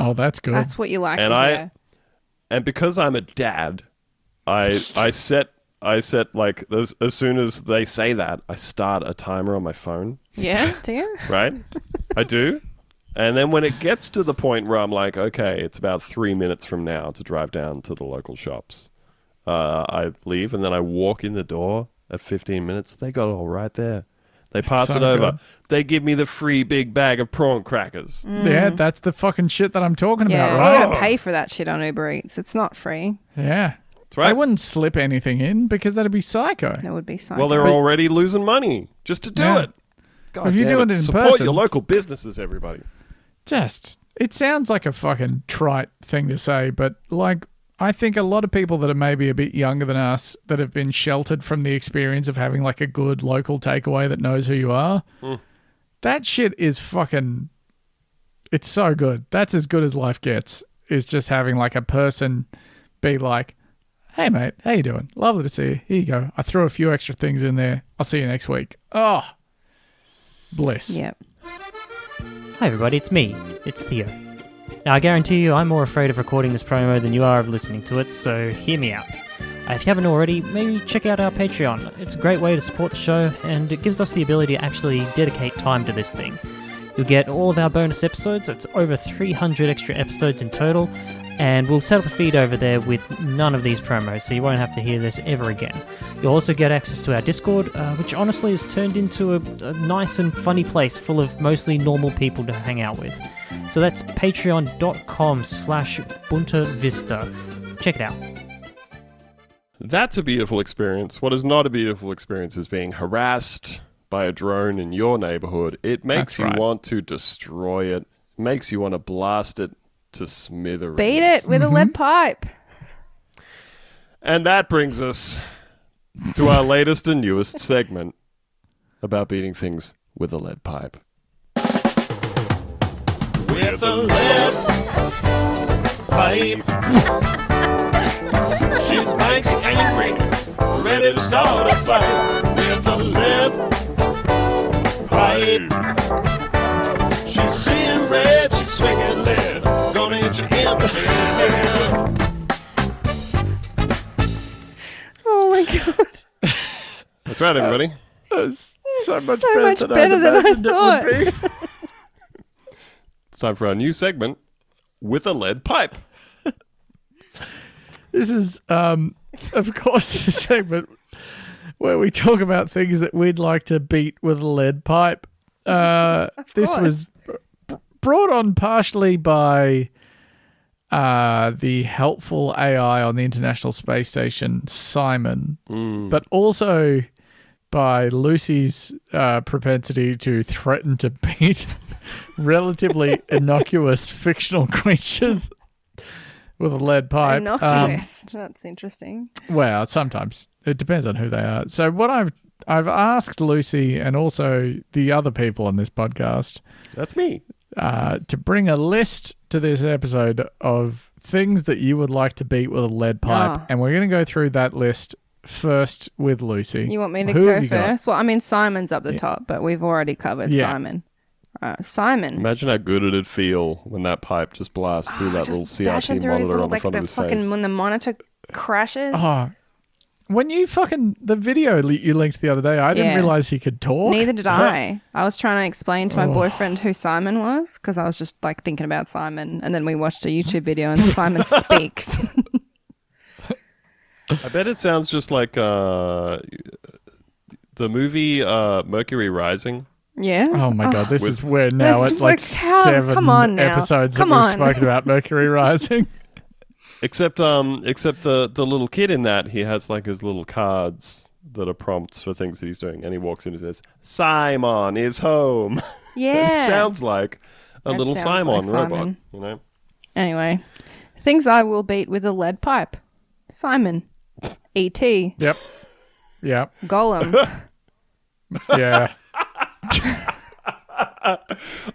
Oh, that's good.
That's what you like
And
to
I-
hear.
and because I'm a dad, I I set I set like as, as soon as they say that, I start a timer on my phone,
<laughs>
Yeah, do you?
right? I do. And then when it gets to the point where I'm like, okay, it's about three minutes from now to drive down to the local shops, uh, I leave and then I walk in the door at 15 minutes. They got it all right there. They pass
so
it over.
good.
They give me the free big bag of prawn crackers.
Yeah, that's the fucking shit that I'm talking
mm. Yeah,
about, right?
you don't pay for that shit on Uber Eats. It's not free.
Yeah.
That's right.
They wouldn't slip anything in because that'd be psycho.
That would be so.
Well, they're already losing money just to do
Yeah.
it. God
If you
damn
do it in
support
person-
your local businesses, everybody.
just it sounds like a fucking trite thing to say but like i think a lot of people that are maybe a bit younger than us that have been sheltered from the experience of having like a good local takeaway that knows who you are that shit is fucking it's so good that's as good as life gets is just having like a person be like hey mate how you doing lovely to see you here you go i threw a few extra things in there i'll see you next week oh bliss
Yeah.
Hi everybody, it's me, it's Theo. Now I guarantee you I'm more afraid of recording this promo than you are of listening to it, so hear me out. Uh, If you haven't already, maybe check out our Patreon. It's a great way to support the show, and it gives us the ability to actually dedicate time to this thing. You'll get all of our bonus episodes, it's over 300 extra episodes in total, and we'll set up a feed over there with none of these promos, so you won't have to hear this ever again. You'll also get access to our Discord, uh, which honestly has turned into a, a nice and funny place full of mostly normal people to hang out with. So that's patreon.com slash Bunta Vista. Check it out.
That's a beautiful experience. What is not a beautiful experience is being harassed by a drone in your neighborhood. It makes
That's
you
right.
want to destroy it. Makes you want to blast it to smithereens.
Mm-hmm.
Beat it with a lead pipe.
And that brings us to our latest and newest segment about beating things with a lead pipe.
with a lead pipe. She's mighty angry, ready to start a fight with a lead pipe. She's seeing red, she's swinging lead, gonna hit you in the head.
<laughs>
Oh my god.
That's right, everybody.
It's so much
so
better,
much
than,
better
I'd
than I
imagined it would be.
It's time for our new segment with a lead pipe.
This is, um, of course, the segment where we talk about things that we'd like to beat with a lead pipe. Uh, this was br- brought on partially by uh, the helpful AI on the International Space Station, Simon, but also by Lucy's uh, propensity to threaten to beat <laughs> relatively innocuous fictional creatures with a lead pipe. Um,
Innocuous. <laughs> That's interesting.
well, sometimes it depends on who they are. So what I've I've asked Lucy and also the other people on this podcast
That's me.
uh, to bring a list to this episode of things that you would like to beat with a lead pipe,
Ah.
and we're going to go through that list first with Lucy.
You want me to
Who have
go
you got?
first? Well, I mean, Simon's up the top, but we've already covered
Yeah.
Simon. Uh, Simon.
Imagine how good it'd feel when that pipe just blasts through that little
Ah, Just bashing
CRT
through
monitor
his little,
on the
like
front
the
of his
fucking,
face.
when the monitor crashes.
Oh, when you fucking the video li- you linked the other day, I didn't
Yeah.
realize he could talk.
Neither did I. I was trying to explain to my
Oh.
boyfriend who Simon was because I was just like thinking about Simon, and then we watched a YouTube video
<laughs>
and Simon speaks.
I bet it sounds just like uh, the movie uh, Mercury Rising.
yeah.
Oh my god, this is where now
This
at like
looks- how-
seven
come on now.
episodes
Come
that we've
on.
spoken about Mercury
<laughs>
rising.
Except um except the the little kid in that he has like his little cards that are prompts for things that he's doing and he walks in and says Simon is home. <laughs>
Yeah.
it sounds like a
That
little
sounds like
Simon robot,
Simon.
you know.
Anyway, things I will beat with a lead pipe. Simon. E E.T.
Yep. Yep. <laughs>
Golem.
Yeah.
<laughs>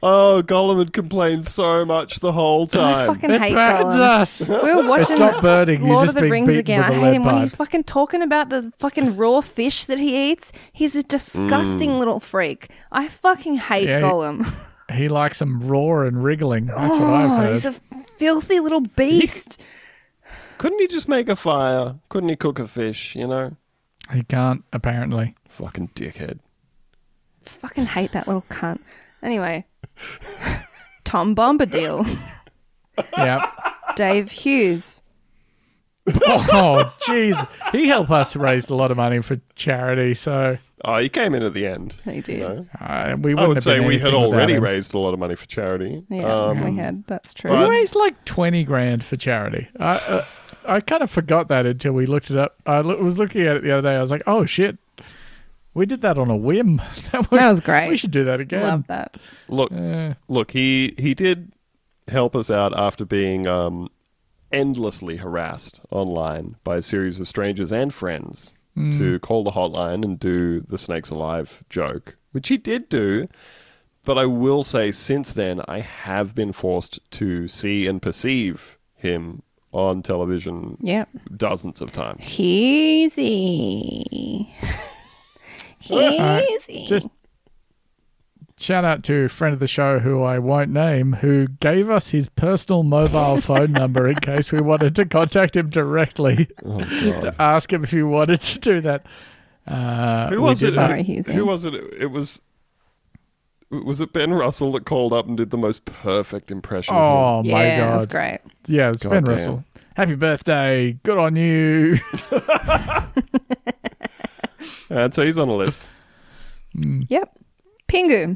Oh, Gollum had complained so much the whole
<laughs> I
time.
fucking hate
burns
Golem.
us.
We were watching
uh, It's
<laughs>
not burning. You're
Lord
just
of the
being
Rings
beaten
again. I
With a
hate him
lead
when
pipe.
he's fucking talking about the fucking raw fish that he eats. He's a disgusting little freak. I fucking
Mm.
hate
Yeah, he-
Golem.
He likes some roar and wriggling. That's what I've
<laughs> oh,
heard.
he's a filthy little beast.
Couldn't he just make a fire? Couldn't he cook a fish, you know?
He can't apparently.
Fucking dickhead.
fucking hate that little cunt.
<laughs>
Anyway, Tom Bombadil,
Yep. <laughs>
Dave Hughes.
oh, jeez. He helped us raise a lot of money for charity, so
Oh, he came in at the end.
He did.
you know?
uh, we wouldn't
I would
have
say
been
we had
anything without
already
him.
raised a lot of money for charity.
Yeah,
Um,
we had. That's true.
We
but-
raised like twenty grand for charity. I uh, I kind of forgot that until we looked it up. I lo- was looking at it the other day. I was like, oh shit, we did that on a whim. <laughs> that,
That was great.
We should do that again.
Love that.
Look,
Yeah.
look, he he did help us out after being um, endlessly harassed online by a series of strangers and friends
Mm.
to call the hotline and do the snakes alive joke, which he did do. But I will say, since then, I have been forced to see and perceive him on television
Yep.
dozens of times.
<laughs>
Hughesy. Hughesy.
just shout out to a friend of the show who I won't name who gave us his personal mobile phone number in case we wanted to contact him directly
Oh,
to ask him if he wanted to do that. Uh,
Who
we
was
did
it?
that.
Sorry, Husey.
Who was it? It was. Was it Ben Russell that called up and did the most perfect impression? of him?
Oh my
yeah, that was
god!
great.
Yeah, it's
God
Ben
damn.
Russell. Happy birthday! Good on
<laughs>
you. Oh.
And so he's on the list.
Yep. Pingu.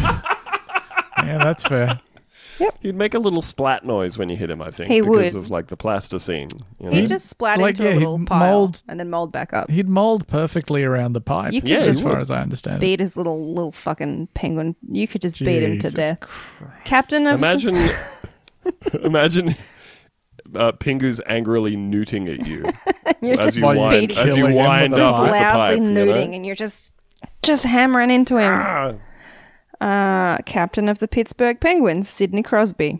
yeah, that's fair.
He'd make a little splat noise when you hit him. I think
He
because
would.
of like the plasticine. You know?
He just splat
like,
into
yeah,
a
he'd
little pile
mold-
and then mold back up.
He'd mold perfectly around the pipe.
You could
Yeah, he
as
just
would.
far as I understand. it.
beat his little little fucking penguin. You could just beat him to
Jesus
death. Captain of
imagine, imagine uh, Pingu's angrily newting at you
<laughs> You're
as
<laughs> just
you
While you're
wind,
beating,
as you
killing him
wind
with a
up
just
with the
loudly
pipe. you know?
nuding, and you're just just hammering into him.
Ah,
Uh, captain of the Pittsburgh Penguins, Sidney Crosby.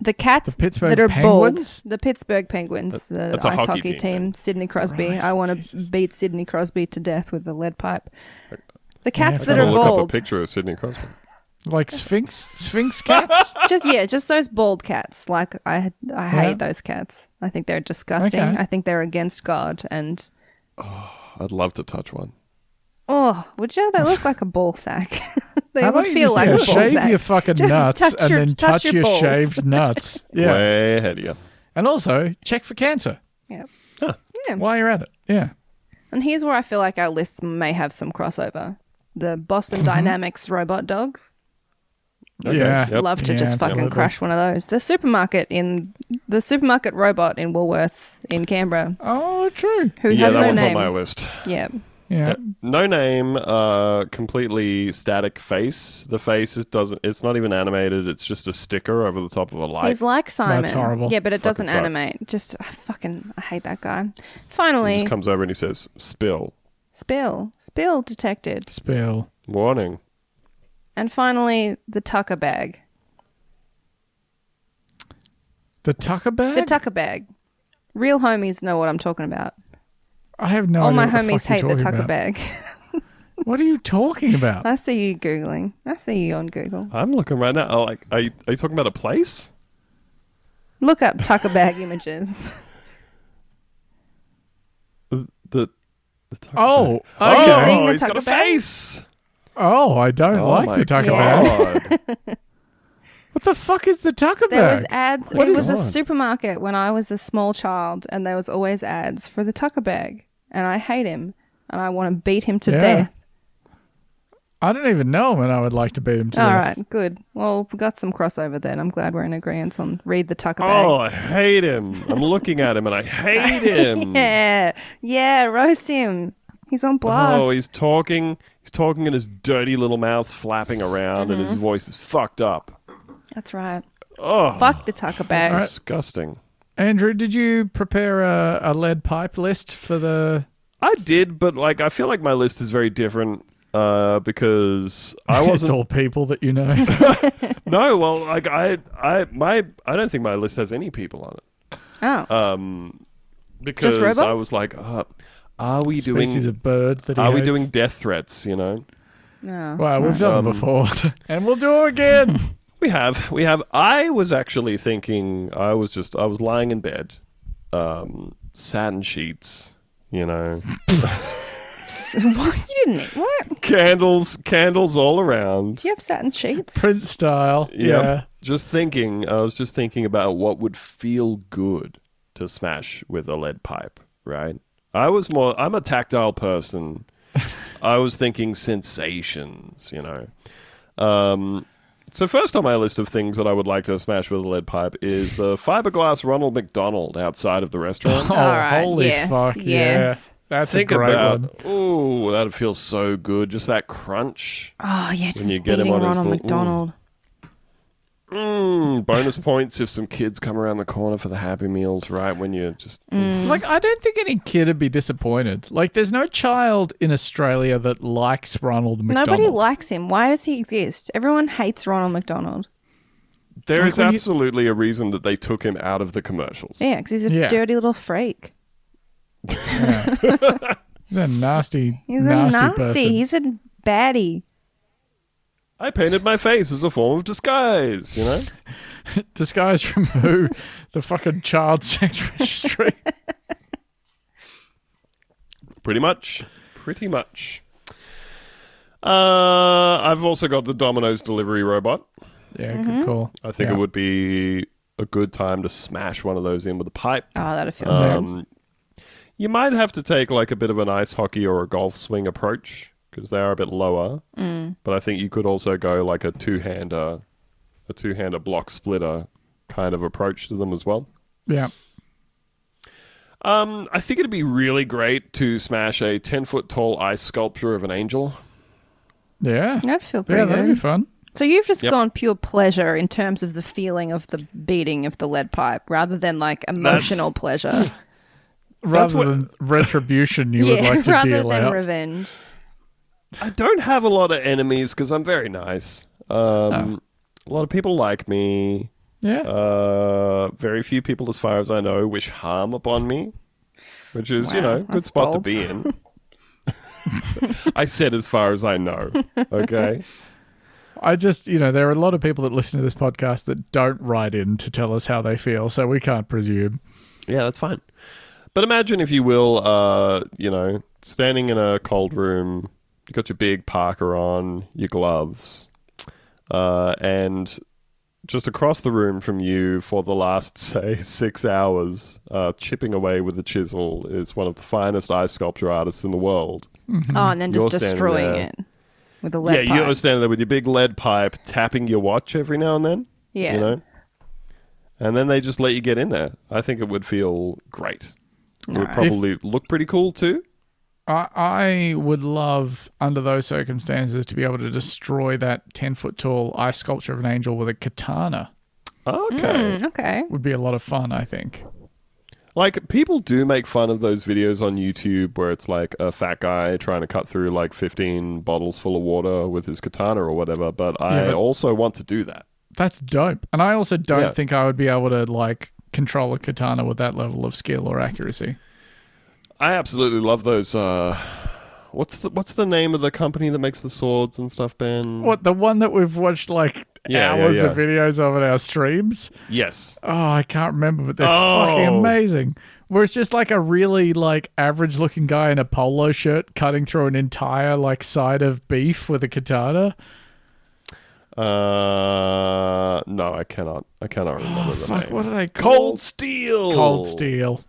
The cats
Pittsburgh
that are
Penguins?
bald. The Pittsburgh Penguins, the
that's a
ice
hockey
hockey,
team,
team, Sidney Crosby. I want to beat Sidney Crosby to death with a lead pipe. The cats that
I'm gonna
are
look up a
bald.
picture of Sidney Crosby.
Like Sphinx, Sphinx cats.
just yeah, just those bald cats. Like I, I
Yeah.
hate those cats. I think they're disgusting.
Okay.
I think they're against God. And
I'd love to touch one.
oh, would you? They look like a ball sack. <laughs> they
How about
would
you
feel
just,
like
yeah,
a ball
shave
sack.
your fucking
Just
nuts
touch
and
your-
then
touch
touch,
your
your,
balls.
shaved
<laughs>
nuts. Yeah,
Way ahead of you.
and also check for cancer
Yeah. Um,
while you're at it. Yeah,
And here's where I feel like our lists may have some crossover. The Boston
Mm-hmm.
Dynamics robot dogs.
Okay,
yeah.
yep.
Love to
Yeah,
just fucking
absolutely.
crush one of those. The supermarket in the supermarket robot in Woolworths in Canberra,
Oh, true.
who
yeah,
has
that
no
one's
name.
on my list.
Yeah.
Yeah,
No name, uh, completely static face. The face is doesn't. It's not even animated. It's just a sticker over the top of a light.
He's like Simon.
horrible.
Yeah, but it
Fucking
doesn't
sucks.
animate. Just I fucking I hate that guy.
He
Finally,
just comes over and he says, "Spill."
spill, spill detected,
spill.
Warning.
and finally the Tucker bag.
The Tucker bag.
The Tucker bag. Real homies know what I'm talking about.
I have no
All
idea
my
Oh, what the
homies
fuck you're
hate
talking
the Tucker
about.
bag. <laughs>
What are you talking about?
I see you googling. I see you on Google.
I'm looking right now. Oh, Like, are you, are you talking about a place?
Look up Tucker bag
<laughs>
images.
The the. the tucker
Oh,
bag.
okay.
oh,
seeing the
he's got
tucker
a
bag?
face.
Oh, I don't
Oh
like
my
the Tucker bag.
God.
What the fuck is the Tucker
There was
bag?
ads.
What
it
is
was a
that?
supermarket when I was a small child, and there was always ads for the Tucker bag. And I hate him, and I want to beat him to
Yeah.
death.
I don't even know him, and I would like to beat him to
All
death.
right, good. Well, we got some crossover then. I'm glad we're in agreement on read the Tucker
<laughs> oh,
bag.
I hate him. I'm looking at him and I hate him.
<laughs> <laughs> Yeah, yeah, roast him. He's on blast.
Oh, he's talking. He's talking, and his dirty little mouth's flapping around, and
Mm-hmm.
his voice is fucked up.
That's right.
Oh,
Fuck the Tucker bag.
All right.
disgusting.
Andrew, did you prepare a, a lead pipe list for the?
I did, but like, I feel like my list is very different uh, because
<laughs>
I
it's
wasn't.
all people that you know.
no, well, like I, I, my, I don't think my list has any people on it
Oh,
Uh, because
robots?
I was like, uh, are we
species
<laughs> doing?
of bird that he
Are we
hates.
doing death threats? You know,
no.
Wow, we've
um,
done them before, <laughs> and we'll do it again.
we have, we have. I was actually thinking. I was just, I was lying in bed, um, satin sheets. You know.
<laughs>
<laughs>
what? You didn't. What?
candles, candles all around.
You have satin sheets?
Print style.
<laughs> Yep.
Yeah.
Just thinking, I was just thinking about what would feel good to smash with a lead pipe, right? I was more, I'm a
<laughs>
tactile person. I was thinking sensations, you know. Um, so, first on my list of things that I would like to smash with a lead pipe
<laughs>
is the fiberglass Ronald McDonald outside of the restaurant.
Oh,
All right,
holy
yes,
fuck.
yes.
Yeah. That's
Think
a great
about,
one.
oh, that'd feel so good. Just that crunch.
Oh, yeah, just
you get him
beating
on his
Ronald
little-
McDonald.
Mm, bonus points if some kids come around the corner for the Happy Meals, right? When you're just.
Like, I don't think any kid would be disappointed. Like, there's no child in Australia that likes Ronald McDonald.
Nobody likes him. Why does he exist? Everyone hates Ronald McDonald.
There
Like
is
when you-
absolutely a reason that they took him out of the commercials.
Yeah, because he's a
Yeah.
dirty little freak.
He's a nasty,
He's
nasty,
a nasty.
person.
He's a baddie.
I painted my face as a form of disguise, you know?
This guy's from <laughs> who? the fucking child sex <laughs> registry.
Pretty much. Pretty much. Uh, I've also got the Domino's delivery robot.
yeah,
Mm-hmm.
good call.
I think
Yeah.
it would be a good time to smash one of those in with a pipe.
Oh, that'd feel good.
Um, you might have to take like a bit of an ice hockey or a golf swing approach because they are a bit lower. But I think you could also go like a two-hander, a two-hander block splitter kind of approach to them as well.
Yeah.
Um, I think it'd be really great to smash a ten-foot tall ice sculpture of an angel.
Yeah.
That'd feel
Yeah,
pretty
that'd be
good.
fun.
So you've just
Yep.
gone pure pleasure in terms of the feeling of the beating of the lead pipe rather than like emotional pleasure.
That's
rather than retribution <laughs> you
<laughs>
would like to
rather
deal
than
out. <laughs>
revenge.
I don't have a lot of enemies because I'm very nice. Um, A lot of people like me.
yeah.
Oh, Uh, very few people, as far as I know, wish harm upon me, which is, you
Wow,
know, good
that's
spot to
bold.
be in. <laughs> I said, as far as I
<laughs>
know. Okay.
I just, you know, there are a lot of people that listen to this podcast that don't write in to tell us how they feel, so we can't presume.
Yeah, that's fine. But imagine, if you will, uh, you know, standing in a cold room, you got your big parker on, your gloves, uh, and just across the room from you for the last, <laughs> say, six hours, uh, chipping away with a chisel is one of the finest ice sculpture artists in the world.
Oh, and then just
You're standing
destroying
there.
it with a lead
yeah,
pipe.
you're standing there with your big lead pipe, tapping your watch every now and then.
yeah.
You know? And then they just let you get in there. I think it would feel great. It would
Alright.
probably look pretty cool too.
I, I would love, under those circumstances, to be able to destroy that 10 foot tall ice sculpture of an angel with a katana.
Okay.
Hmm.
Mm, okay.
Would be a lot of fun, I think.
Like people do make fun of those videos on YouTube where it's like a fat guy trying to cut through like 15 bottles full of water with his katana or whatever, but I
but-
also want to do that.
That's dope. And I also don't
Yeah.
think I would be able to, like, control a katana with that level of skill or accuracy.
I absolutely love those uh What's the what's the name of the company that makes the swords and stuff, Ben?
What, the one that we've watched, like,
Yeah, yeah,
hours
yeah.
of videos of in our streams?
Yes.
Oh, I can't remember, but they're fucking
Oh.
amazing. Where it's just like a really like average looking guy in a polo shirt cutting through an entire like side of beef with a katana.
Uh no, I cannot. I cannot remember the
Oh, Fuck,
name.
what are they
Cold
called?
steel.
Cold steel.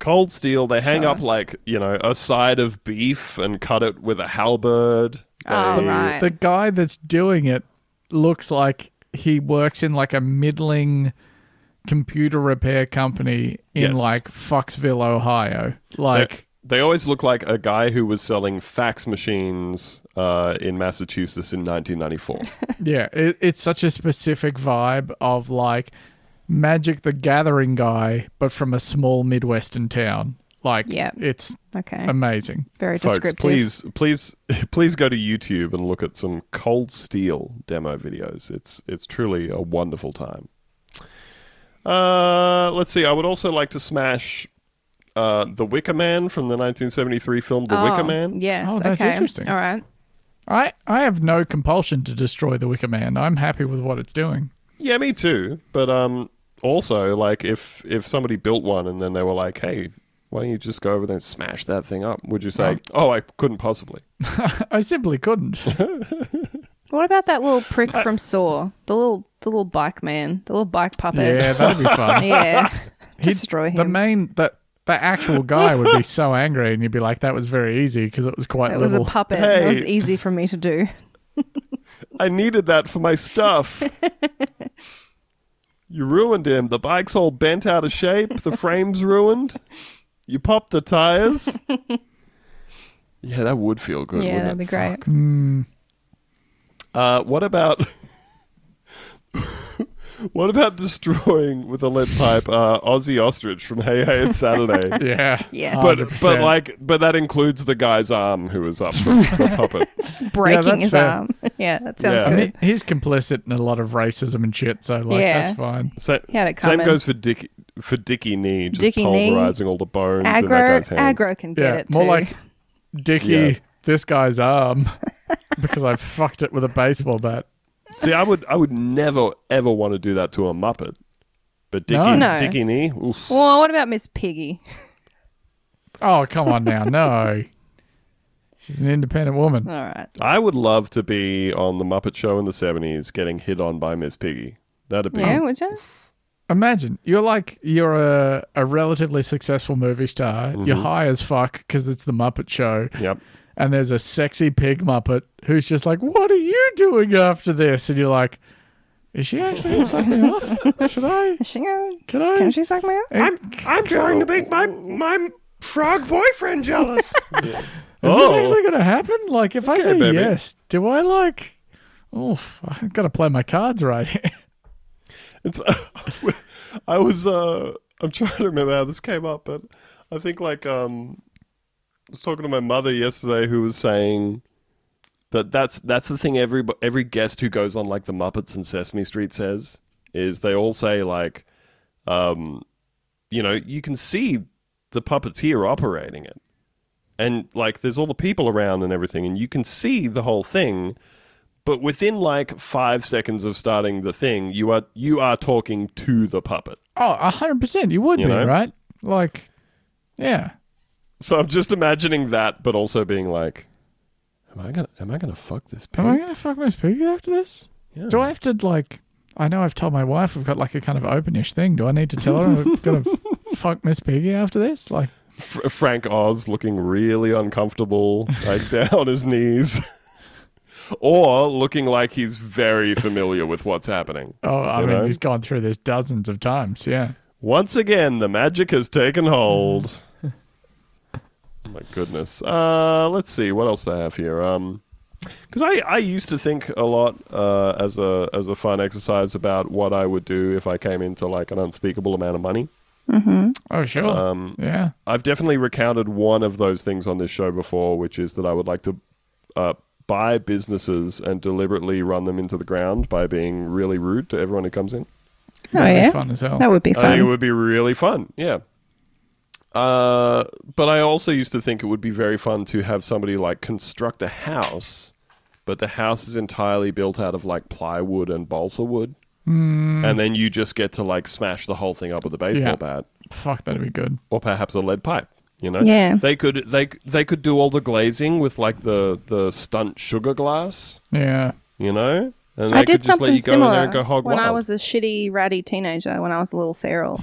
Cold steel. They hang
Sure.
up like you know a side of beef and cut it with a halberd.
Oh,
They-
right.
The guy that's doing it looks like he works in like a middling computer repair company in
Yes.
like Foxville, Ohio. Like
They, they always look like a guy who was selling fax machines uh, in Massachusetts in 1994.
Yeah, it, it's such a specific vibe of like Magic the Gathering guy, but from a small Midwestern town. Like,
Yep.
it's
Okay.
amazing.
Very
Folks,
descriptive.
please, please, <laughs> please go to YouTube and look at some Cold Steel demo videos. It's it's truly a wonderful time. Uh, let's see. I would also like to smash uh, the Wicker Man from the 1973 film The
oh,
Wicker Man.
Yes.
Oh, that's
okay.
interesting.
All right.
I, I have no compulsion to destroy the Wicker Man. I'm happy with what it's doing. <laughs>
Yeah, me too. But um, also like if if somebody built one and then they were like, hey. Why don't you just go over there and smash that thing up? Would you say, "Oh, I couldn't possibly"?
I simply
<laughs>
couldn't.
What about that little prick from Saw? The little, the little bike man, the little bike
yeah,
puppet.
that'd be
<laughs>
fun.
Yeah.
<laughs> He'd-
Destroy
The
him.
main, the, the actual guy would be so angry, and you'd be like, that was very easy because it was quite
It was
little.
a puppet. That It was
Hey.
easy for me to do.
I needed that for my <laughs> stuff. you ruined him. The bike's all bent out of shape. The frame's ruined. You popped the tires. <laughs> yeah, that would feel good.
yeah,
wouldn't
that'd
it?
be great.
Uh, what about <laughs> what about destroying with a lead pipe uh, Aussie ostrich from Hey Hey It's <laughs> Saturday?
yeah.
Yeah.
But
100%.
but like but that includes the guy's arm who was up for the puppet.
Just breaking
that's
his
fair.
arm. <laughs> yeah, that sounds
Yeah.
I
good.
mean, he's complicit in a lot of racism and shit, so like,
Yeah.
that's fine.
Sa-
He had it
same
coming.
goes for Dick for Dickie Knee, just
Dickie Knee.
pulverizing all the bones in that
Agro,
guy's hand.
agro can get
Yeah,
it
more
too.
like Dickie,
Yeah.
this guy's arm <laughs> because I fucked it with a baseball bat.
See, I would, I would never, ever want to do that to a Muppet. But Dickie,
No.
No.
Dickie Knee, oof.
well, what about Miss Piggy?
Oh, come on now. No. She's an independent woman.
All right.
I would love to be on the Muppet Show in the seventies, getting hit on by Miss Piggy. That'd be.
Yeah, would you?
Imagine you're like, you're a, a relatively successful movie star. You're high as fuck because it's the Muppet Show.
Yep.
And there's a sexy pig Muppet who's just like, What are you doing after this? And you're like, Is she actually sucking me
<laughs>
off? Should I?
Is she going?
Can I?
Can she suck me up?
I'm,
I'm trying to make my my frog boyfriend <laughs> jealous.
Is
Oh.
this actually going to happen? Like, if I
Okay,
say
baby.
yes, do I like Oof, I've got to play my cards right here. <laughs>
It's <laughs> I was uh I'm trying to remember how this came up, but I think like um I was talking to my mother yesterday who was saying that that's that's the thing every every guest who goes on like the Muppets and Sesame Street says is they all say like um you know, you can see the puppets here operating it. And like there's all the people around and everything and you can see the whole thing but within like five seconds of starting the thing, you are you are talking to the puppet.
Oh, 100%. You would
You
be,
know?
right? Like, yeah.
So I'm just imagining that, but also being like, "Am I gonna am I gonna fuck this pig?"
Am I going to fuck my pig after this?
Yeah.
Do I have to, like, I know I've told my wife we've got like a kind of openish thing. Do I need to tell her
<laughs>
I'm going to fuck Miss Piggy after this? Like,
F- Frank Oz looking really uncomfortable, like <laughs> down his knees, <laughs> or looking like he's very familiar with what's happening.
oh, I
You
mean,
know?
he's gone through this dozens of times. Yeah.
Once again, the magic has taken hold. oh my goodness. Uh, let's see what else do I have here. Um, because I, I used to think a lot uh, as a as a fun exercise about what I would do if I came into like an unspeakable amount of money.
Oh, sure.
Um,
yeah.
I've definitely recounted one of those things on this show before, which is that I would like to uh, buy businesses and deliberately run them into the ground by being really rude to everyone who comes in.
Oh,
That'd be
yeah.
Fun as hell.
That would be
I think it
fun.
Oh, would be really fun. Yeah. Uh, but I also used to think it would be very fun to have somebody like construct a house, but the house is entirely built out of like plywood and balsa wood,
Mm.
and then you just get to like smash the whole thing up with a baseball
Yeah.
bat
Fuck, that'd be good.
or perhaps a lead pipe. You know,
Yeah.
they could they they could do all the glazing with like the the stunt sugar glass.
Yeah.
You know, and they
I
could
did
just let
something
you go in there
similar
and go hog
when I
wild.
was a shitty, ratty teenager, when I was a
<laughs>
little feral.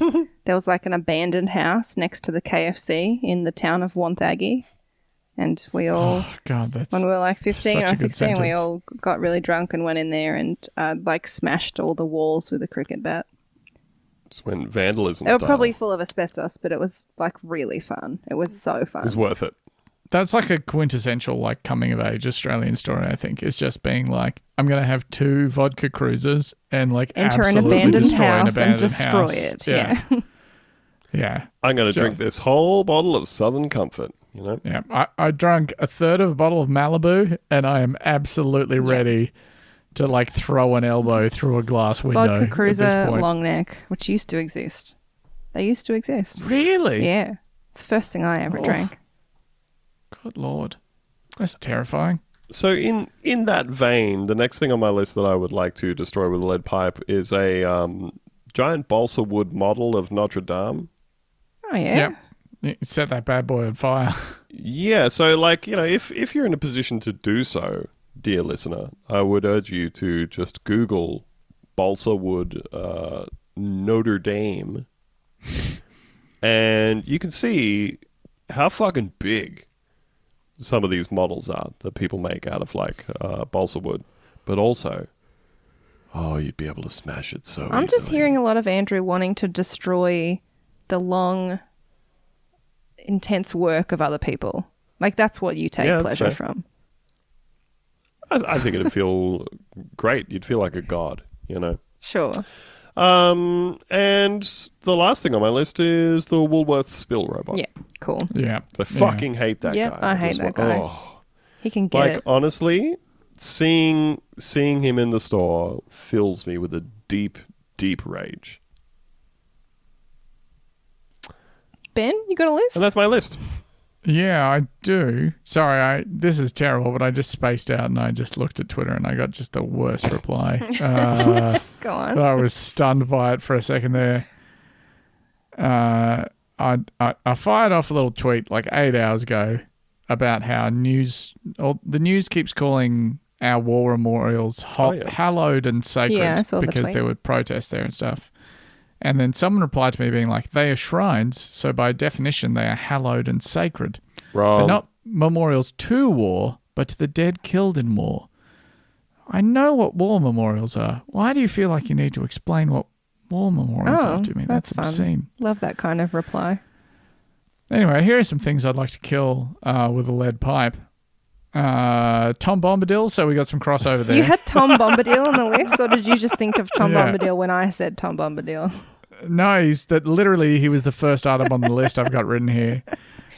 there was like an abandoned house next to the KFC in the town of Wonthaggi. And
<gasps>
we all
Oh, God, that's.
when we were like 15
Such a
or
good
16 we
sentence.
all got really drunk and went in there and uh, like smashed all the walls with a cricket bat
It's when vandalism.
they were
style
probably full of asbestos but it was like really fun it was so fun
is worth it.
that's like a quintessential like coming of age Australian story. I think is just being like, I'm gonna have two vodka cruises and like
enter an
absolutely
abandoned
destroy an
house and
abandoned
destroy
house.
it yeah, <laughs>
yeah,
I'm going to
Sure.
drink this whole bottle of Southern Comfort. You know,
yeah. I, I drank a third of a bottle of Malibu, and I am absolutely ready to like throw an elbow through a glass window.
vodka
at
cruiser
this point.
long neck which used to exist they used to exist
really?
yeah it's the first thing i ever
Oh.
drank
Good lord, that's terrifying.
so in in that vein, the next thing on my list that I would like to destroy with a lead pipe is a um, giant balsa wood model of Notre Dame.
oh yeah
Yep. You set that bad boy on fire. <laughs>
Yeah, so like you know, if if you're in a position to do so, dear listener, I would urge you to just Google balsa wood uh, Notre Dame, <laughs> and you can see how fucking big some of these models are that people make out of like uh, balsa wood, but also, oh, you'd be able to smash it so.
I'm just
easily.
hearing a lot of Andrew wanting to destroy the long, intense work of other people. Like that's what you take
Yeah, that's
pleasure
fair.
from.
I, I think it'd feel <laughs> great. You'd feel like a god, you know.
Sure.
Um, and the last thing on my list is the Woolworth spill robot.
Yeah. Cool.
yeah.
I fucking hate that
Yep,
guy.
I hate
Just
that
wa-
guy.
oh.
He can get
like
it.
honestly, seeing seeing him in the store fills me with a deep, deep rage.
Ben, you got a list?
And that's my list.
Yeah, I do. Sorry, I this is terrible, but I just spaced out and I just looked at Twitter and I got just the worst
<laughs>
reply. Uh,
Go on.
I was stunned by it for a second there. Uh, I, I I fired off a little tweet like eight hours ago about how news or the news keeps calling our war memorials ho-
Oh, yeah.
hallowed and sacred
Yeah, I saw the
because
tweet.
there were protests there and stuff. And then someone replied to me being like, "They are shrines, so by definition they are hallowed and sacred." They're
Um,
Wrong.
not memorials to war, but to the dead killed in war. I know what war memorials are. Why do you feel like you need to explain what war memorials
Oh,
are to me? That's,
that's fun.
obscene.
Love that kind of reply.
Anyway, here are some things I'd like to kill uh, with a lead pipe. uh, Tom Bombadil. So we got some crossover there.
You had
<laughs>
Tom Bombadil on the list, or did you just think of Tom
Yeah.
Bombadil when I said Tom Bombadil? <laughs>
No, he's that literally he was the first item on the list I've got written here.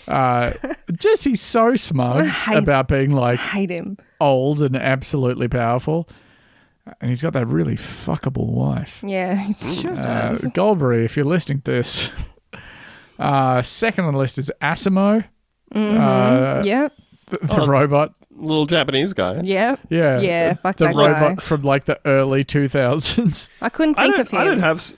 Uh, just he's so
<laughs>
smug
hate-
about being like
Hate him.
old and absolutely powerful, and he's got that really fuckable wife.
Yeah, he sure
Uh,
does.
Goldberry, if you're listening to this, <laughs> uh, second on the list is Asimo, uh,
Mm-hmm. Yep,
the, the robot.
Little Japanese guy.
yep.
Yeah,
Yeah, fuck
the
that
robot
guy.
from like the early 2000s.
I couldn't
I
think
don't,
of him.
I don't have. s-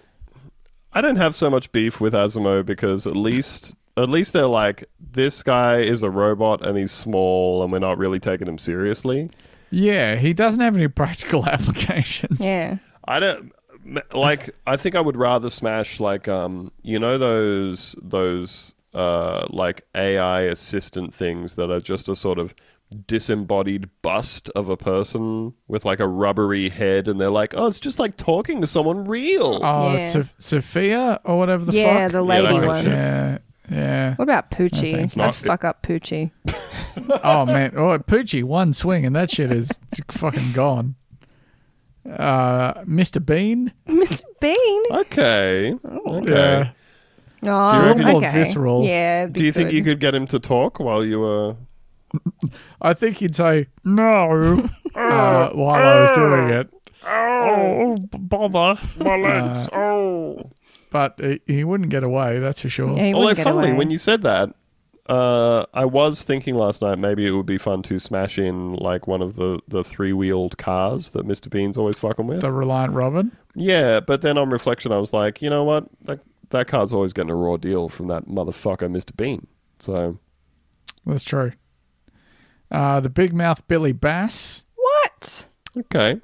I don't have so much beef with Asimo because at least at least they're like this guy is a robot and he's small and we're not really taking him seriously.
<laughs> yeah, he doesn't have any practical <laughs> applications.
yeah.
I don't m- like. I think I would rather smash like um you know those those uh like AI assistant things that are just a sort of disembodied bust of a person with like a rubbery head and they're like oh it's just like talking to someone real.
Oh,
Yeah.
Sof- Sophia or whatever the
yeah,
fuck.
the lady
Yeah, that
one.
kind of shit.
yeah, yeah.
What about Poochie?
thanks,
I'd
Mark.
fuck up Poochie. <laughs>
Oh man, oh Poochie, one swing and that shit is fucking gone. Uh, Mr. Bean.
Mr. Bean.
Okay. Okay.
Yeah.
Oh,
reckon-
More
okay.
visceral.
Yeah. it'd be
Do you think
good.
you could get him to talk while you were?
I think he'd say no uh, while I was doing it,
Oh, bother! My legs. oh.
but he- he wouldn't get away. That's for sure.
Yeah, he
Although,
wouldn't get
funnily,
away.
when you said that, uh, I was thinking last night maybe it would be fun to smash in like one of the the three wheeled cars that Mister Bean's always fucking with.
The Reliant Robin.
yeah, but then on reflection, I was like, you know what? That that car's always getting a raw deal from that motherfucker, Mister Bean. So
That's true. Uh, the Big Mouth Billy Bass.
What?
okay.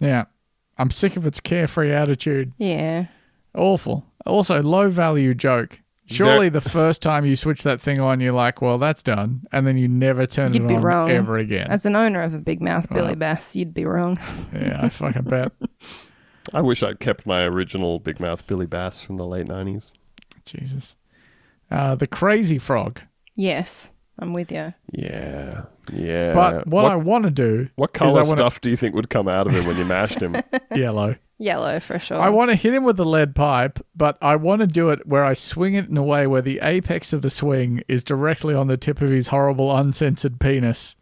Yeah, I'm sick of its carefree attitude.
Yeah.
Awful. Also, low value joke. Surely the first time you switch that thing on, you're like, well, that's done. And then you never turn
You'd
it
be
on
wrong.
ever again.
As an owner of a big mouth Billy Bass, you'd be wrong.
<laughs>
<laughs>
yeah, I fucking bet.
I wish I'd kept my original Big Mouth Billy Bass from the late nineties.
Jesus. Uh, the crazy frog.
Yes, I'm with you.
Yeah, yeah.
But what, I want to
<laughs>
do
What
is I
color
wanna-
stuff do you think would come out of him when you
<laughs>
mashed him?
yellow.
Yellow for sure.
I want to hit him with a lead pipe, but I want to do it where I swing it in a way where the apex of the swing is directly on the tip of his horrible uncensored penis.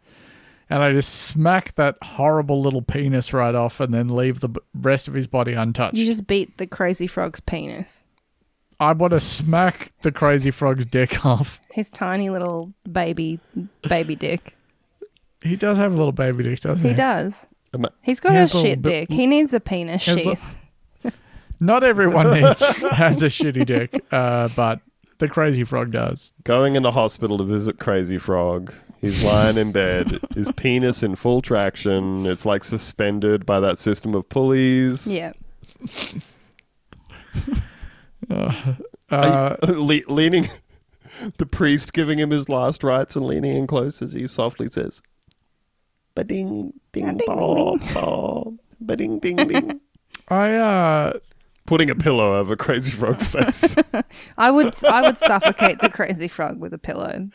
And I just smack that horrible little penis right off and then leave the b- rest of his body untouched.
you just beat the crazy frog's penis.
I want to smack the crazy frog's dick <laughs> off.
His tiny little baby baby dick.
He does have a little baby dick, doesn't he?
He does.
Am I-
He's got
He
a
has little
shit
bi-
dick. He needs a penis
has li-
sheath.
Not everyone needs has a shitty dick, uh, but the crazy frog does.
Going into hospital to visit Crazy Frog. He's lying in <laughs> bed, his penis in full traction. It's like suspended by that system of pulleys.
yeah.
Uh,
<laughs> Le- leaning, the priest giving him his last rites and leaning in close as he softly says, "Ba ding ding ba ba ding ding <laughs> ding,"
I uh,
putting a pillow over Crazy Frog's <laughs> face.
I would I would suffocate the crazy frog with a pillow.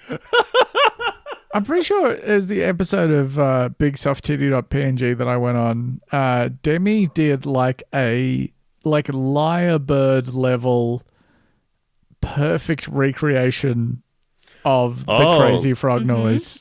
I'm pretty sure it was the episode of uh, BigSoftTitty.png that I went on. Uh, Demi did like a like lyrebird level perfect recreation of the
Oh.
crazy frog
Mm-hmm.
noise.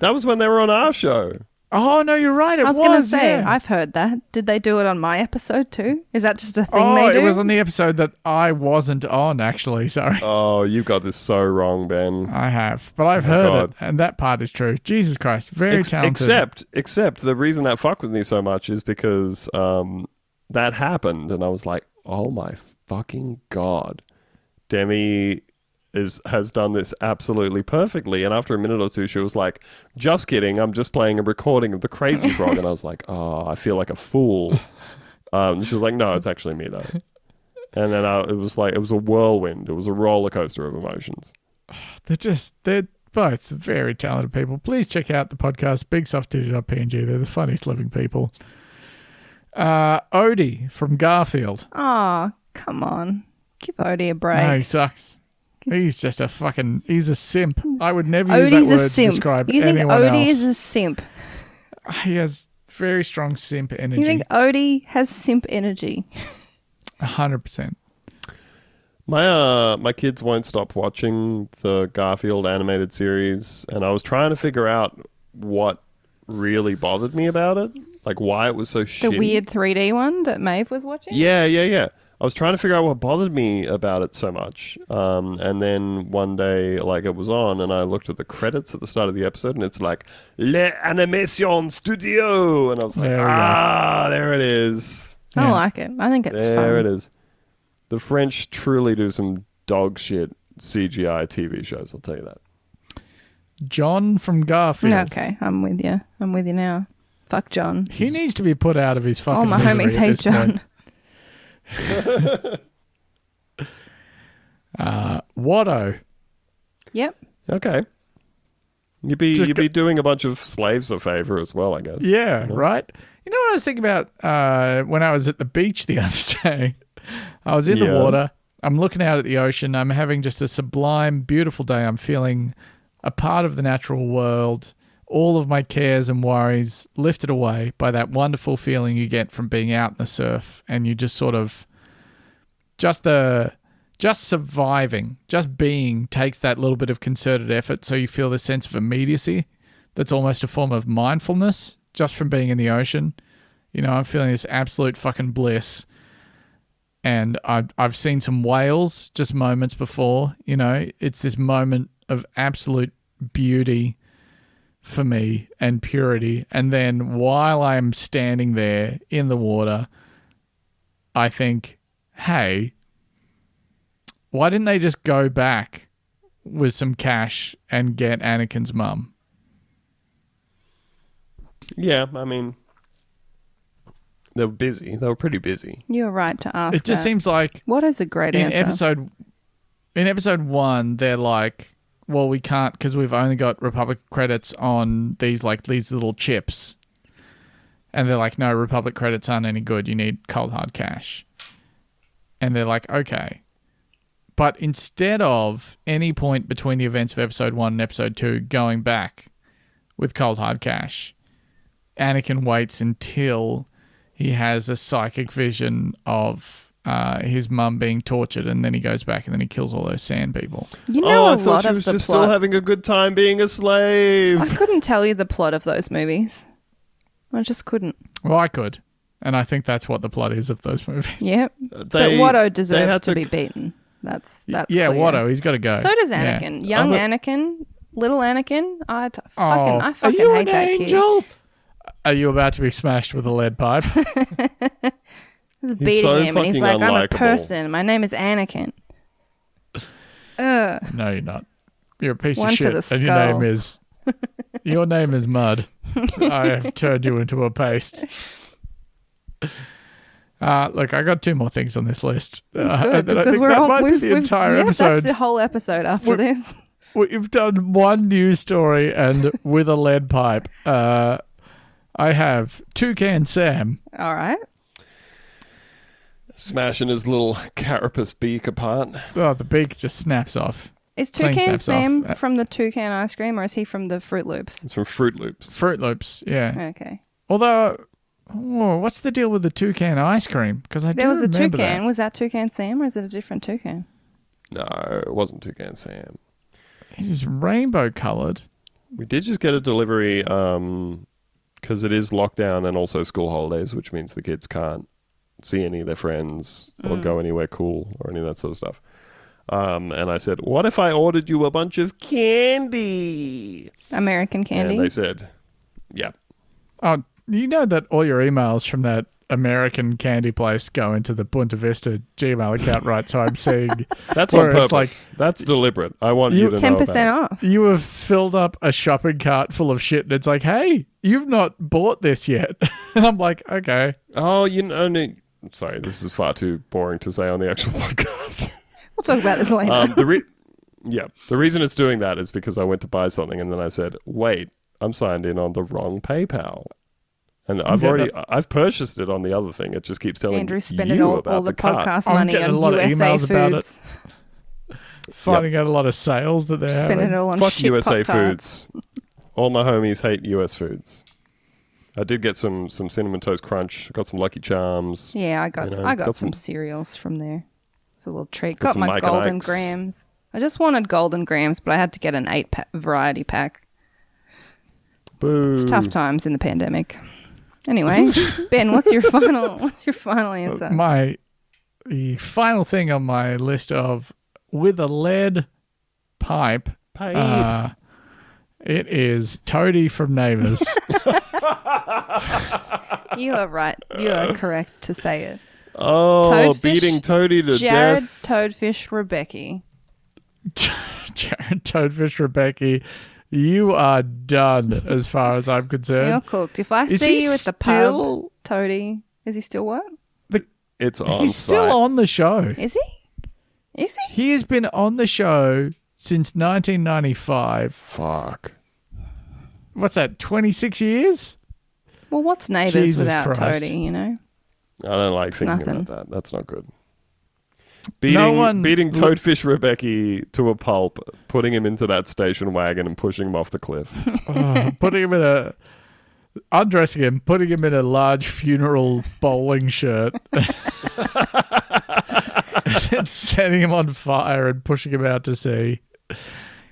that was when they were on our show.
Oh no, you're right. It
I was, gonna
was,
say,
yeah.
I've heard that. Did they do it on my episode too? Is that just a thing
Oh,
they do?
it was on the episode that I wasn't on. Actually, sorry,
Oh, you got this so wrong, Ben.
I have, but I've heard
God.
it, and that part is true. Jesus Christ, very
Ex-
talented.
Except, except the reason that fucked with me so much is because um, that happened, and I was like, "Oh my fucking god, Demi is has done this absolutely perfectly." And after a minute or two, she was like, "Just kidding, I'm just playing a recording of the Crazy Frog," and I was like, "Oh, I feel like a fool." Um, she was like, "No, it's actually me though." And then I, it was like it was a whirlwind. It was a roller coaster of emotions.
They're just they're both very talented people. Please check out the podcast BigSoftDiggy.png. They're the funniest living people. Uh, Odie from Garfield.
Oh, come on. Ah, Give Odie a break.
No, he sucks. He's just a fucking. He's a simp. I would never use
Odie's
that
a
word to
simp.
describe
You think
anyone
Odie
else.
is a simp?
He has very strong simp
You
energy.
think Odie has simp energy?
hundred percent.
My uh, my kids won't stop watching the Garfield animated series, and I was trying to figure out what really bothered me about it, like why it was so
The
shitty.
weird 3D one that Maeve was watching?
Yeah, yeah, yeah. I was trying to figure out what bothered me about it so much, um, and then one day, like it was on, and I looked at the credits at the start of the episode, and it's like Le Animation Studio, and I was like,
There we go.
ah, there it is.
I
Yeah.
like it. I think it's
There
fun.
it is. The French truly do some dog shit CGI TV shows, I'll tell you that.
John from Garfield.
Okay, I'm with you. I'm with you now. Fuck John.
He needs to be put out of his fucking.
All Oh, my
misery
homies
at this
hate
point.
John. <laughs>
Watto.
Yep.
Okay. You'd be
Just
you'd
go-
be doing a bunch of slaves a favor as well, I guess.
Yeah, right. You know what I was thinking about uh, when I was at the beach the <laughs> other day? I was in
Yeah.
the water. I'm looking out at the ocean. I'm having just a sublime, beautiful day. I'm feeling a part of the natural world, all of my cares and worries lifted away by that wonderful feeling you get from being out in the surf and you just sort of just the just surviving, just being takes that little bit of concerted effort so you feel this sense of immediacy that's almost a form of mindfulness just from being in the ocean. You know, I'm feeling this absolute fucking bliss. And I've, I've seen some whales just moments before. You know, it's this moment of absolute beauty for me and purity. And then while I'm standing there in the water, I think, hey, why didn't they just go back with some cash and get Anakin's mum?
Yeah, I mean they were busy. They were pretty busy.
You're right to ask.
It just
that.
seems like
What is a great
in
answer?
episode in episode one they're like well we can't because we've only got republic credits on these like these little chips and they're like no republic credits aren't any good you need cold hard cash and they're like okay but instead of any point between the events of episode one and episode two going back with cold hard cash Anakin waits until he has a psychic vision of uh, his mum being tortured, and then he goes back and then he kills all those sand people.
you know
oh, I
a
thought
lot
she
of
was
the
just
plot.
still having a good time being a
I
slave.
couldn't tell you the plot of those movies. I just couldn't.
Well, I could, and I think that's what the plot is of those <laughs> movies.
Yep. but
They-
Watto
they
deserves
had
to, be beaten. That's that's
yeah,
clear.
Watto, he's got to go.
So does
Yeah.
Anakin. Young
I'm
Anakin, little Anakin. I t-
Oh,
fucking I fucking
are you
hate
an
that kid.
angel? Are you about to be smashed with a lead pipe?
He's beating
so
him, and he's like,
fucking
"I'm a
unlikable."
person. My name
<laughs>
is Anakin." Ugh.
no, you're not. You're a piece
One
of
to
shit,
the
and your name
skull.
is your name is
<laughs>
Mud. I have turned you into a paste. Uh, look, I got two more things on this list. Uh,
Good,
and I
because
think
we're
that
all
might be
we've,
the
we've-
entire
yeah,
episode.
That's the whole episode after
We're-
this.
<laughs>
<laughs>
We've done one news story and with a lead pipe. Uh, I have Toucan Sam.
All right.
smashing his little <laughs> carapace beak apart.
Oh, the beak just snaps off.
Is
Plain
Toucan
snaps
Sam
off. Uh,
from the Toucan ice cream, or is he from the Fruit Loops?
It's from Fruit Loops.
Fruit Loops, yeah.
Okay.
Although, oh, what's the deal with the toucan ice cream? Because I
There
do
was a
remember
toucan.
that.
Was that Toucan Sam, or is it a different toucan?
No, it wasn't Toucan Sam.
He's rainbow coloured.
We did just get a delivery um 'cause because it is lockdown and also school holidays, which means the kids can't see any of their friends
Mm.
or go anywhere cool or any of that sort of stuff. Um, and I said, "What if I ordered you a bunch of candy?"
American candy.
And they said, "Yeah,
Oh, you know that all your emails from that American candy place go into the Bunta Vista Gmail account, right? So I'm seeing <laughs>
that's
Or
on
it's
purpose.
like-
that's deliberate. I want you,
You-
to know
Ten
about it."
percent off.
you have filled up a shopping cart full of shit, and it's like, hey, you've not bought this yet. <laughs> and I'm like, okay.
Oh, you know, no, sorry, this is far too boring to say on the actual <laughs> podcast.
We'll talk
<laughs>
about this later.
Um, the re- yeah, the reason it's doing that is because I went to buy something and then I said, "Wait, I'm signed in on the wrong PayPal." And I've
Yeah,
already I've purchased it on the other thing. It just keeps telling
Andrew
you
spending all,
about
all the,
card.
podcast
I'm
money
getting
on
a lot of
USA
emails
Foods.
about it. Finding out a lot of sales that they're
Spend
having.
it all on
Fuck
shit
USA
Pop-Tarts.
Foods. All my homies hate US Foods. I did get some some cinnamon toast crunch. Got some Lucky Charms.
Yeah, I got
You know,
I got,
got
some,
some-
cereals from there. It's a little treat.
Got
Got,
some
my
Mike and
golden
Ike's.
grams. I just wanted golden grams, but I had to get an eight pa- variety pack.
Boo.
It's tough times in the pandemic.
<laughs>
Anyway, Ben, what's your final what's your final answer?
My the final thing on my list of with a lead pipe.
Pipe.
Uh, it is Toadie from Neighbours.
you are right. You are correct to say
<laughs>
it.
oh,
Toadfish,
beating Toadie to
Jared
death.
Toadfish Rebecca.
<laughs> Jared Toadfish Rebecca, you are done as far as I'm concerned.
You're cooked. If I
Is
see
he
you at the
still-
pub, Toadie, is he still what? <laughs>
It's on
He's
site.
still on the show.
Is he? Is he?
He has been on the show since 1995.
Fuck.
What's that? 26 years?
Well, what's neighbours
Jesus
without
Christ.
Toadie? You know,
I don't like thinking
nothing.
about that. That's not good. Beating,
one-
beating Toadfish Rebecca to a pulp, putting him into that station wagon and pushing him off the cliff. <laughs>
Uh-huh.
<laughs>
putting him in a undressing him, putting him in a large funeral bowling shirt, <laughs> and then setting him on fire and pushing him out to sea.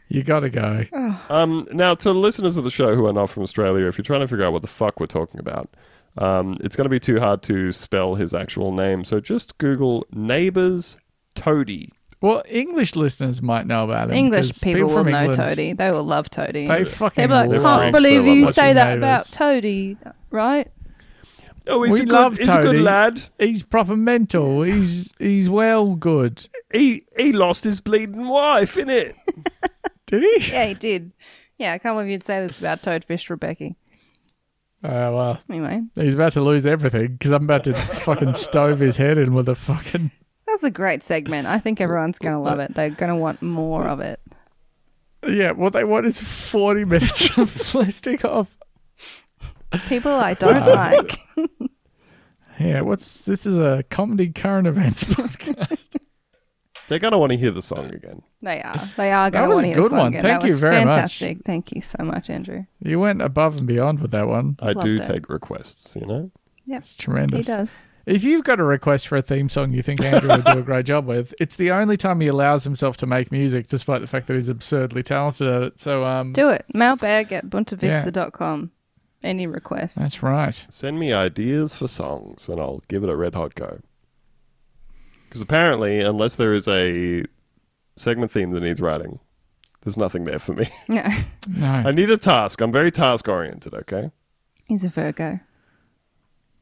You gotta go.
Uh.
Um, now, to listeners of the show who are not from Australia, if you're trying to figure out what the fuck we're talking about, um, it's going to be too hard to spell his actual name. So just Google neighbors Toadie.
Well, English listeners might know about him.
English
'cause
people, will
from
know
England,
Toadie. They will love Toadie.
They fucking
They'd be like,
They're
love
can't
freaks,
believe
they love
you
watching
say that about
Neighbours.
Toadie, right?
Oh,
he's We
he's
a
a
good- love
good,
he's a good Toadie.
lad.
lad. He's proper mental. He's he's well good.
He he lost his bleeding wife in it.
Did he?
Yeah, he did. Yeah, I can't believe you'd say this about Toadfish Rebecca.
Oh well,
Anyway,
he's about to lose everything because I'm about to fucking stove his head in with a fucking
that's a great segment. I think everyone's going to love it. They're going to want more of it.
Yeah, what they want is 40 minutes <laughs> of listing off.
People I don't like.
Yeah, what's this is a comedy current events <laughs> podcast.
<laughs> They're going to want to hear the song again.
They are. They are going to
was
want
a
to hear
good
song
one.
again.
Thank
that
you
was
very much.
fantastic. Thank you so much, Andrew.
you went above and beyond with that one.
I do
Loved it.
take requests, you know?
Yep.
It's tremendous.
He does.
If you've got a request for a theme song you think Andrew would do a great job with, it's the only time he allows himself to make music, despite the fact that he's absurdly talented at it. So, um,
Do it. Mailbag at buntavista.com. Any request.
that's right.
Send me ideas for songs and I'll give it a red hot go. Because apparently, unless there is a segment theme that needs writing, there's nothing there for me. <laughs>
No.
No,
I need a task. I'm very task oriented, okay?
<laughs> He's a Virgo.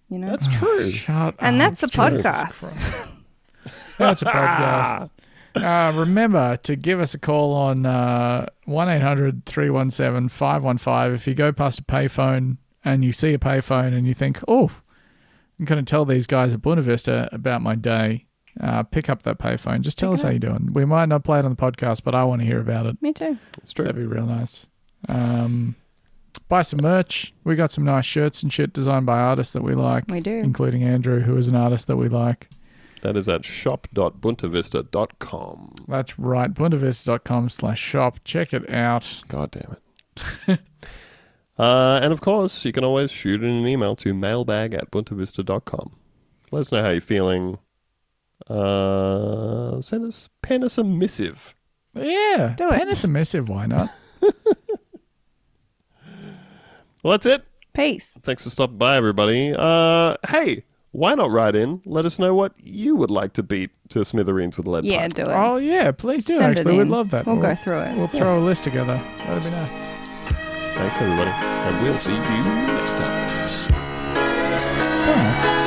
You know?
That's true.
shut
and
up.
that's a podcast.
That's a podcast. Uh, remember to give us a call on uh, 1 800 317 515. If you go past a payphone and you see a payphone and you think, oh, I'm going to tell these guys at Buena Vista about my day, uh, pick up that payphone. Just tell us how you're doing. We might not play it on the podcast, but I want to hear about it.
Me too.
It's true.
That'd be real nice. Um, buy some merch. We got some nice shirts and shit designed by artists that we like,
We do.
including Andrew, who is an artist that we like.
That is at shop.buntavista.com.
That's right. Buenavista.com slash shop. Check it out.
God damn it. <laughs> uh, and of course, you can always shoot in an email to mailbag at buntavista.com. Let us know how you're feeling. Uh, send us, pen us a missive.
Yeah.
Do it.
Pen us a missive. Why
<laughs>
not?
Well, that's it.
Peace.
Thanks for stopping by, everybody. Uh, hey, why not write in? Let us know what you would like to beat to smithereens with lead.
Yeah,
pipe.
do it.
oh, yeah. Please do,
Send it
actually. We'd
in.
love that.
We'll go through it.
We'll throw a list together. That'd be nice.
Thanks, everybody. And we'll see you next time.
All right.